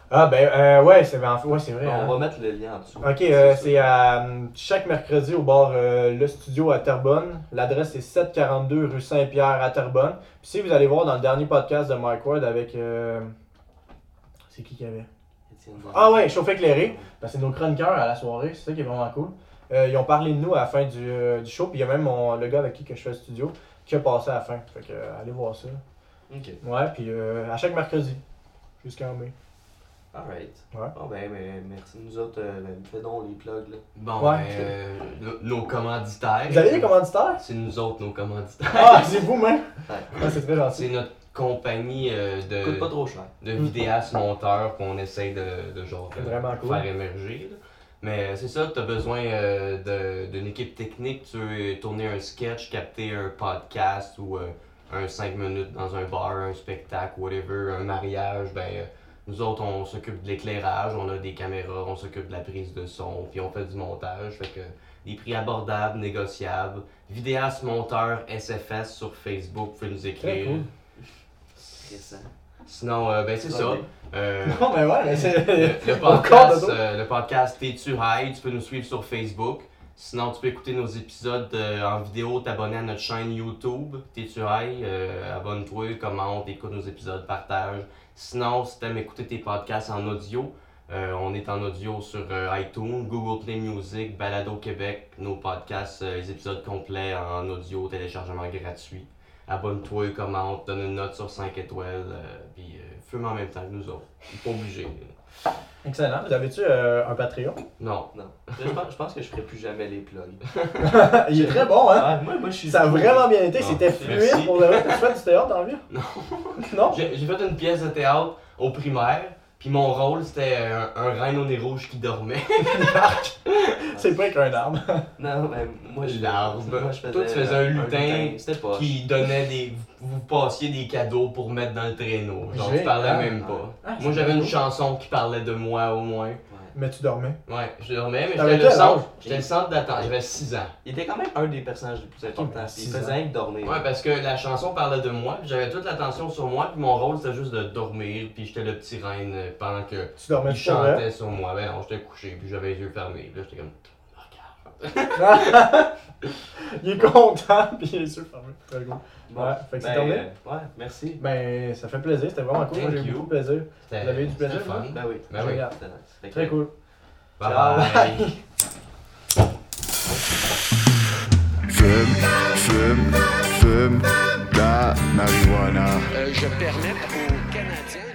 Ah, ben, euh, ouais, c'est en fait, ouais, c'est vrai. hein.
On va mettre le lien en dessous.
Ok, euh,
sûr.
c'est euh, chaque mercredi au bar euh, Le Studio à Terrebonne. L'adresse est 742 rue Saint-Pierre à Terrebonne. Puis si vous allez voir dans le dernier podcast de Mike Ward avec. euh, C'est qui qu'il y avait
Étienne
Ah ouais, Chauffe éclairé. Ben, c'est nos chroniqueurs à la soirée, c'est ça qui est vraiment cool. Euh, ils ont parlé de nous à la fin du, euh, du show. Puis il y a même mon- le gars avec qui que je fais le studio qui a passé à la fin. Fait que euh, allez voir ça.
Ok.
Ouais, puis euh, à chaque mercredi. Jusqu'en mai.
Alright.
Ouais.
Bon, ben, ben, merci. Nous autres, euh, ben, fais donc les plugs, là.
Bon,
Ouais.
ben, euh, nos- nos commanditaires.
Vous avez des commanditaires
C'est nous autres, nos commanditaires.
Ah, c'est vous-même
Ouais.
Ah, C'est très gentil.
C'est notre compagnie euh,
Coûte pas
de,
trop cher.
de vidéastes monteurs qu'on essaie de, de genre euh,
Vraiment cool.
faire émerger. là. Mais euh, c'est ça, t'as besoin euh, de- d'une équipe technique. Tu veux tourner un sketch, capter un podcast ou euh, un 5 minutes dans un bar, un spectacle, whatever, un mariage. Ben, euh, nous autres, on s'occupe de l'éclairage, on a des caméras, on s'occupe de la prise de son, puis on fait du montage. Fait que des prix abordables, négociables. Vidéaste monteur SFS sur Facebook, vous pouvez nous
Très
écrire.
cool.
Récent.
Sinon, euh, ben c'est ça.
Ok.
Euh,
Non, mais ben ouais, mais c'est.
le, le
Au corps de
podcast,
dos.
euh, le podcast T'es-tu high? Tu peux nous suivre sur Facebook. Sinon, tu peux écouter nos épisodes euh, en vidéo, t'abonner à notre chaîne YouTube T'es-tu high? Euh, Abonne-toi, commente, écoute nos épisodes, partage. Sinon, si t'aimes écouter tes podcasts en audio, euh, on est en audio sur euh, iTunes, Google Play Music, Balado Québec, nos podcasts, euh, les épisodes complets en audio, téléchargement gratuit. Abonne-toi, commente, donne une note sur 5 étoiles, euh, puis euh, fume en même temps que nous autres. Pas obligé.
Excellent. Vous avez-tu euh, un Patreon?
Non.
Non. Je pense, je pense que je ferai plus jamais les plugs.
Il est très bon, hein?
Ah, moi, moi, je suis.
Ça a vraiment bien été,
Non,
c'était
Ah, merci.
fluide pour le vrai. Tu fais du théâtre en vie?
Non.
Non?
J'ai j'ai fait une pièce de théâtre au primaire, puis mon rôle c'était un, un reine au nez rouge qui dormait.
C'est pas avec un arbre.
Non, mais moi, je.
L'arbre.
Moi, je faisais.
Toi, tu faisais un lutin
C'était pas.
qui donnait des. Vous vous passiez des cadeaux pour mettre dans le traîneau. Genre,
J'ai-
tu parlais
ah,
même
ah.
pas.
Ah, c'est
moi j'avais une
drôle.
chanson qui parlait de moi au moins.
Mais tu dormais.
Ouais, je dormais, mais
T'avais
j'étais le
quel
centre.
âge?
J'étais le centre d'attente, j'avais 6 ans.
Il était quand même un des personnages les plus importants.
mais
Il
six
faisait
ans.
rien que dormir.
Ouais, ben, parce que la chanson parlait de moi, puis j'avais toute l'attention sur moi, puis mon rôle c'était juste de dormir, puis j'étais le petit reine euh, pendant que
Tu dormais
il
tu pour vrai.
chantait sur moi. Ben non, j'étais couché, puis j'avais les yeux fermés, puis là j'étais comme. Regarde.
Il est content, puis il est sûr fermé. Très cool.
Bon.
Ouais, fait que c'est
Ben,
terminé.
euh, Ouais, merci.
Ben, ça fait plaisir, c'était vraiment cool. Moi,
Thank
j'ai eu
you.
beaucoup de plaisir.
C'était-
Vous avez eu du plaisir,
c'était le fun.
Ben oui.
Ben oui.
Génial.
C'était nice. Fait que-
Très cool.
Bye
Ciao.
bye.
Fume, fume, fume ta marijuana.
Euh, je permets aux Canadiens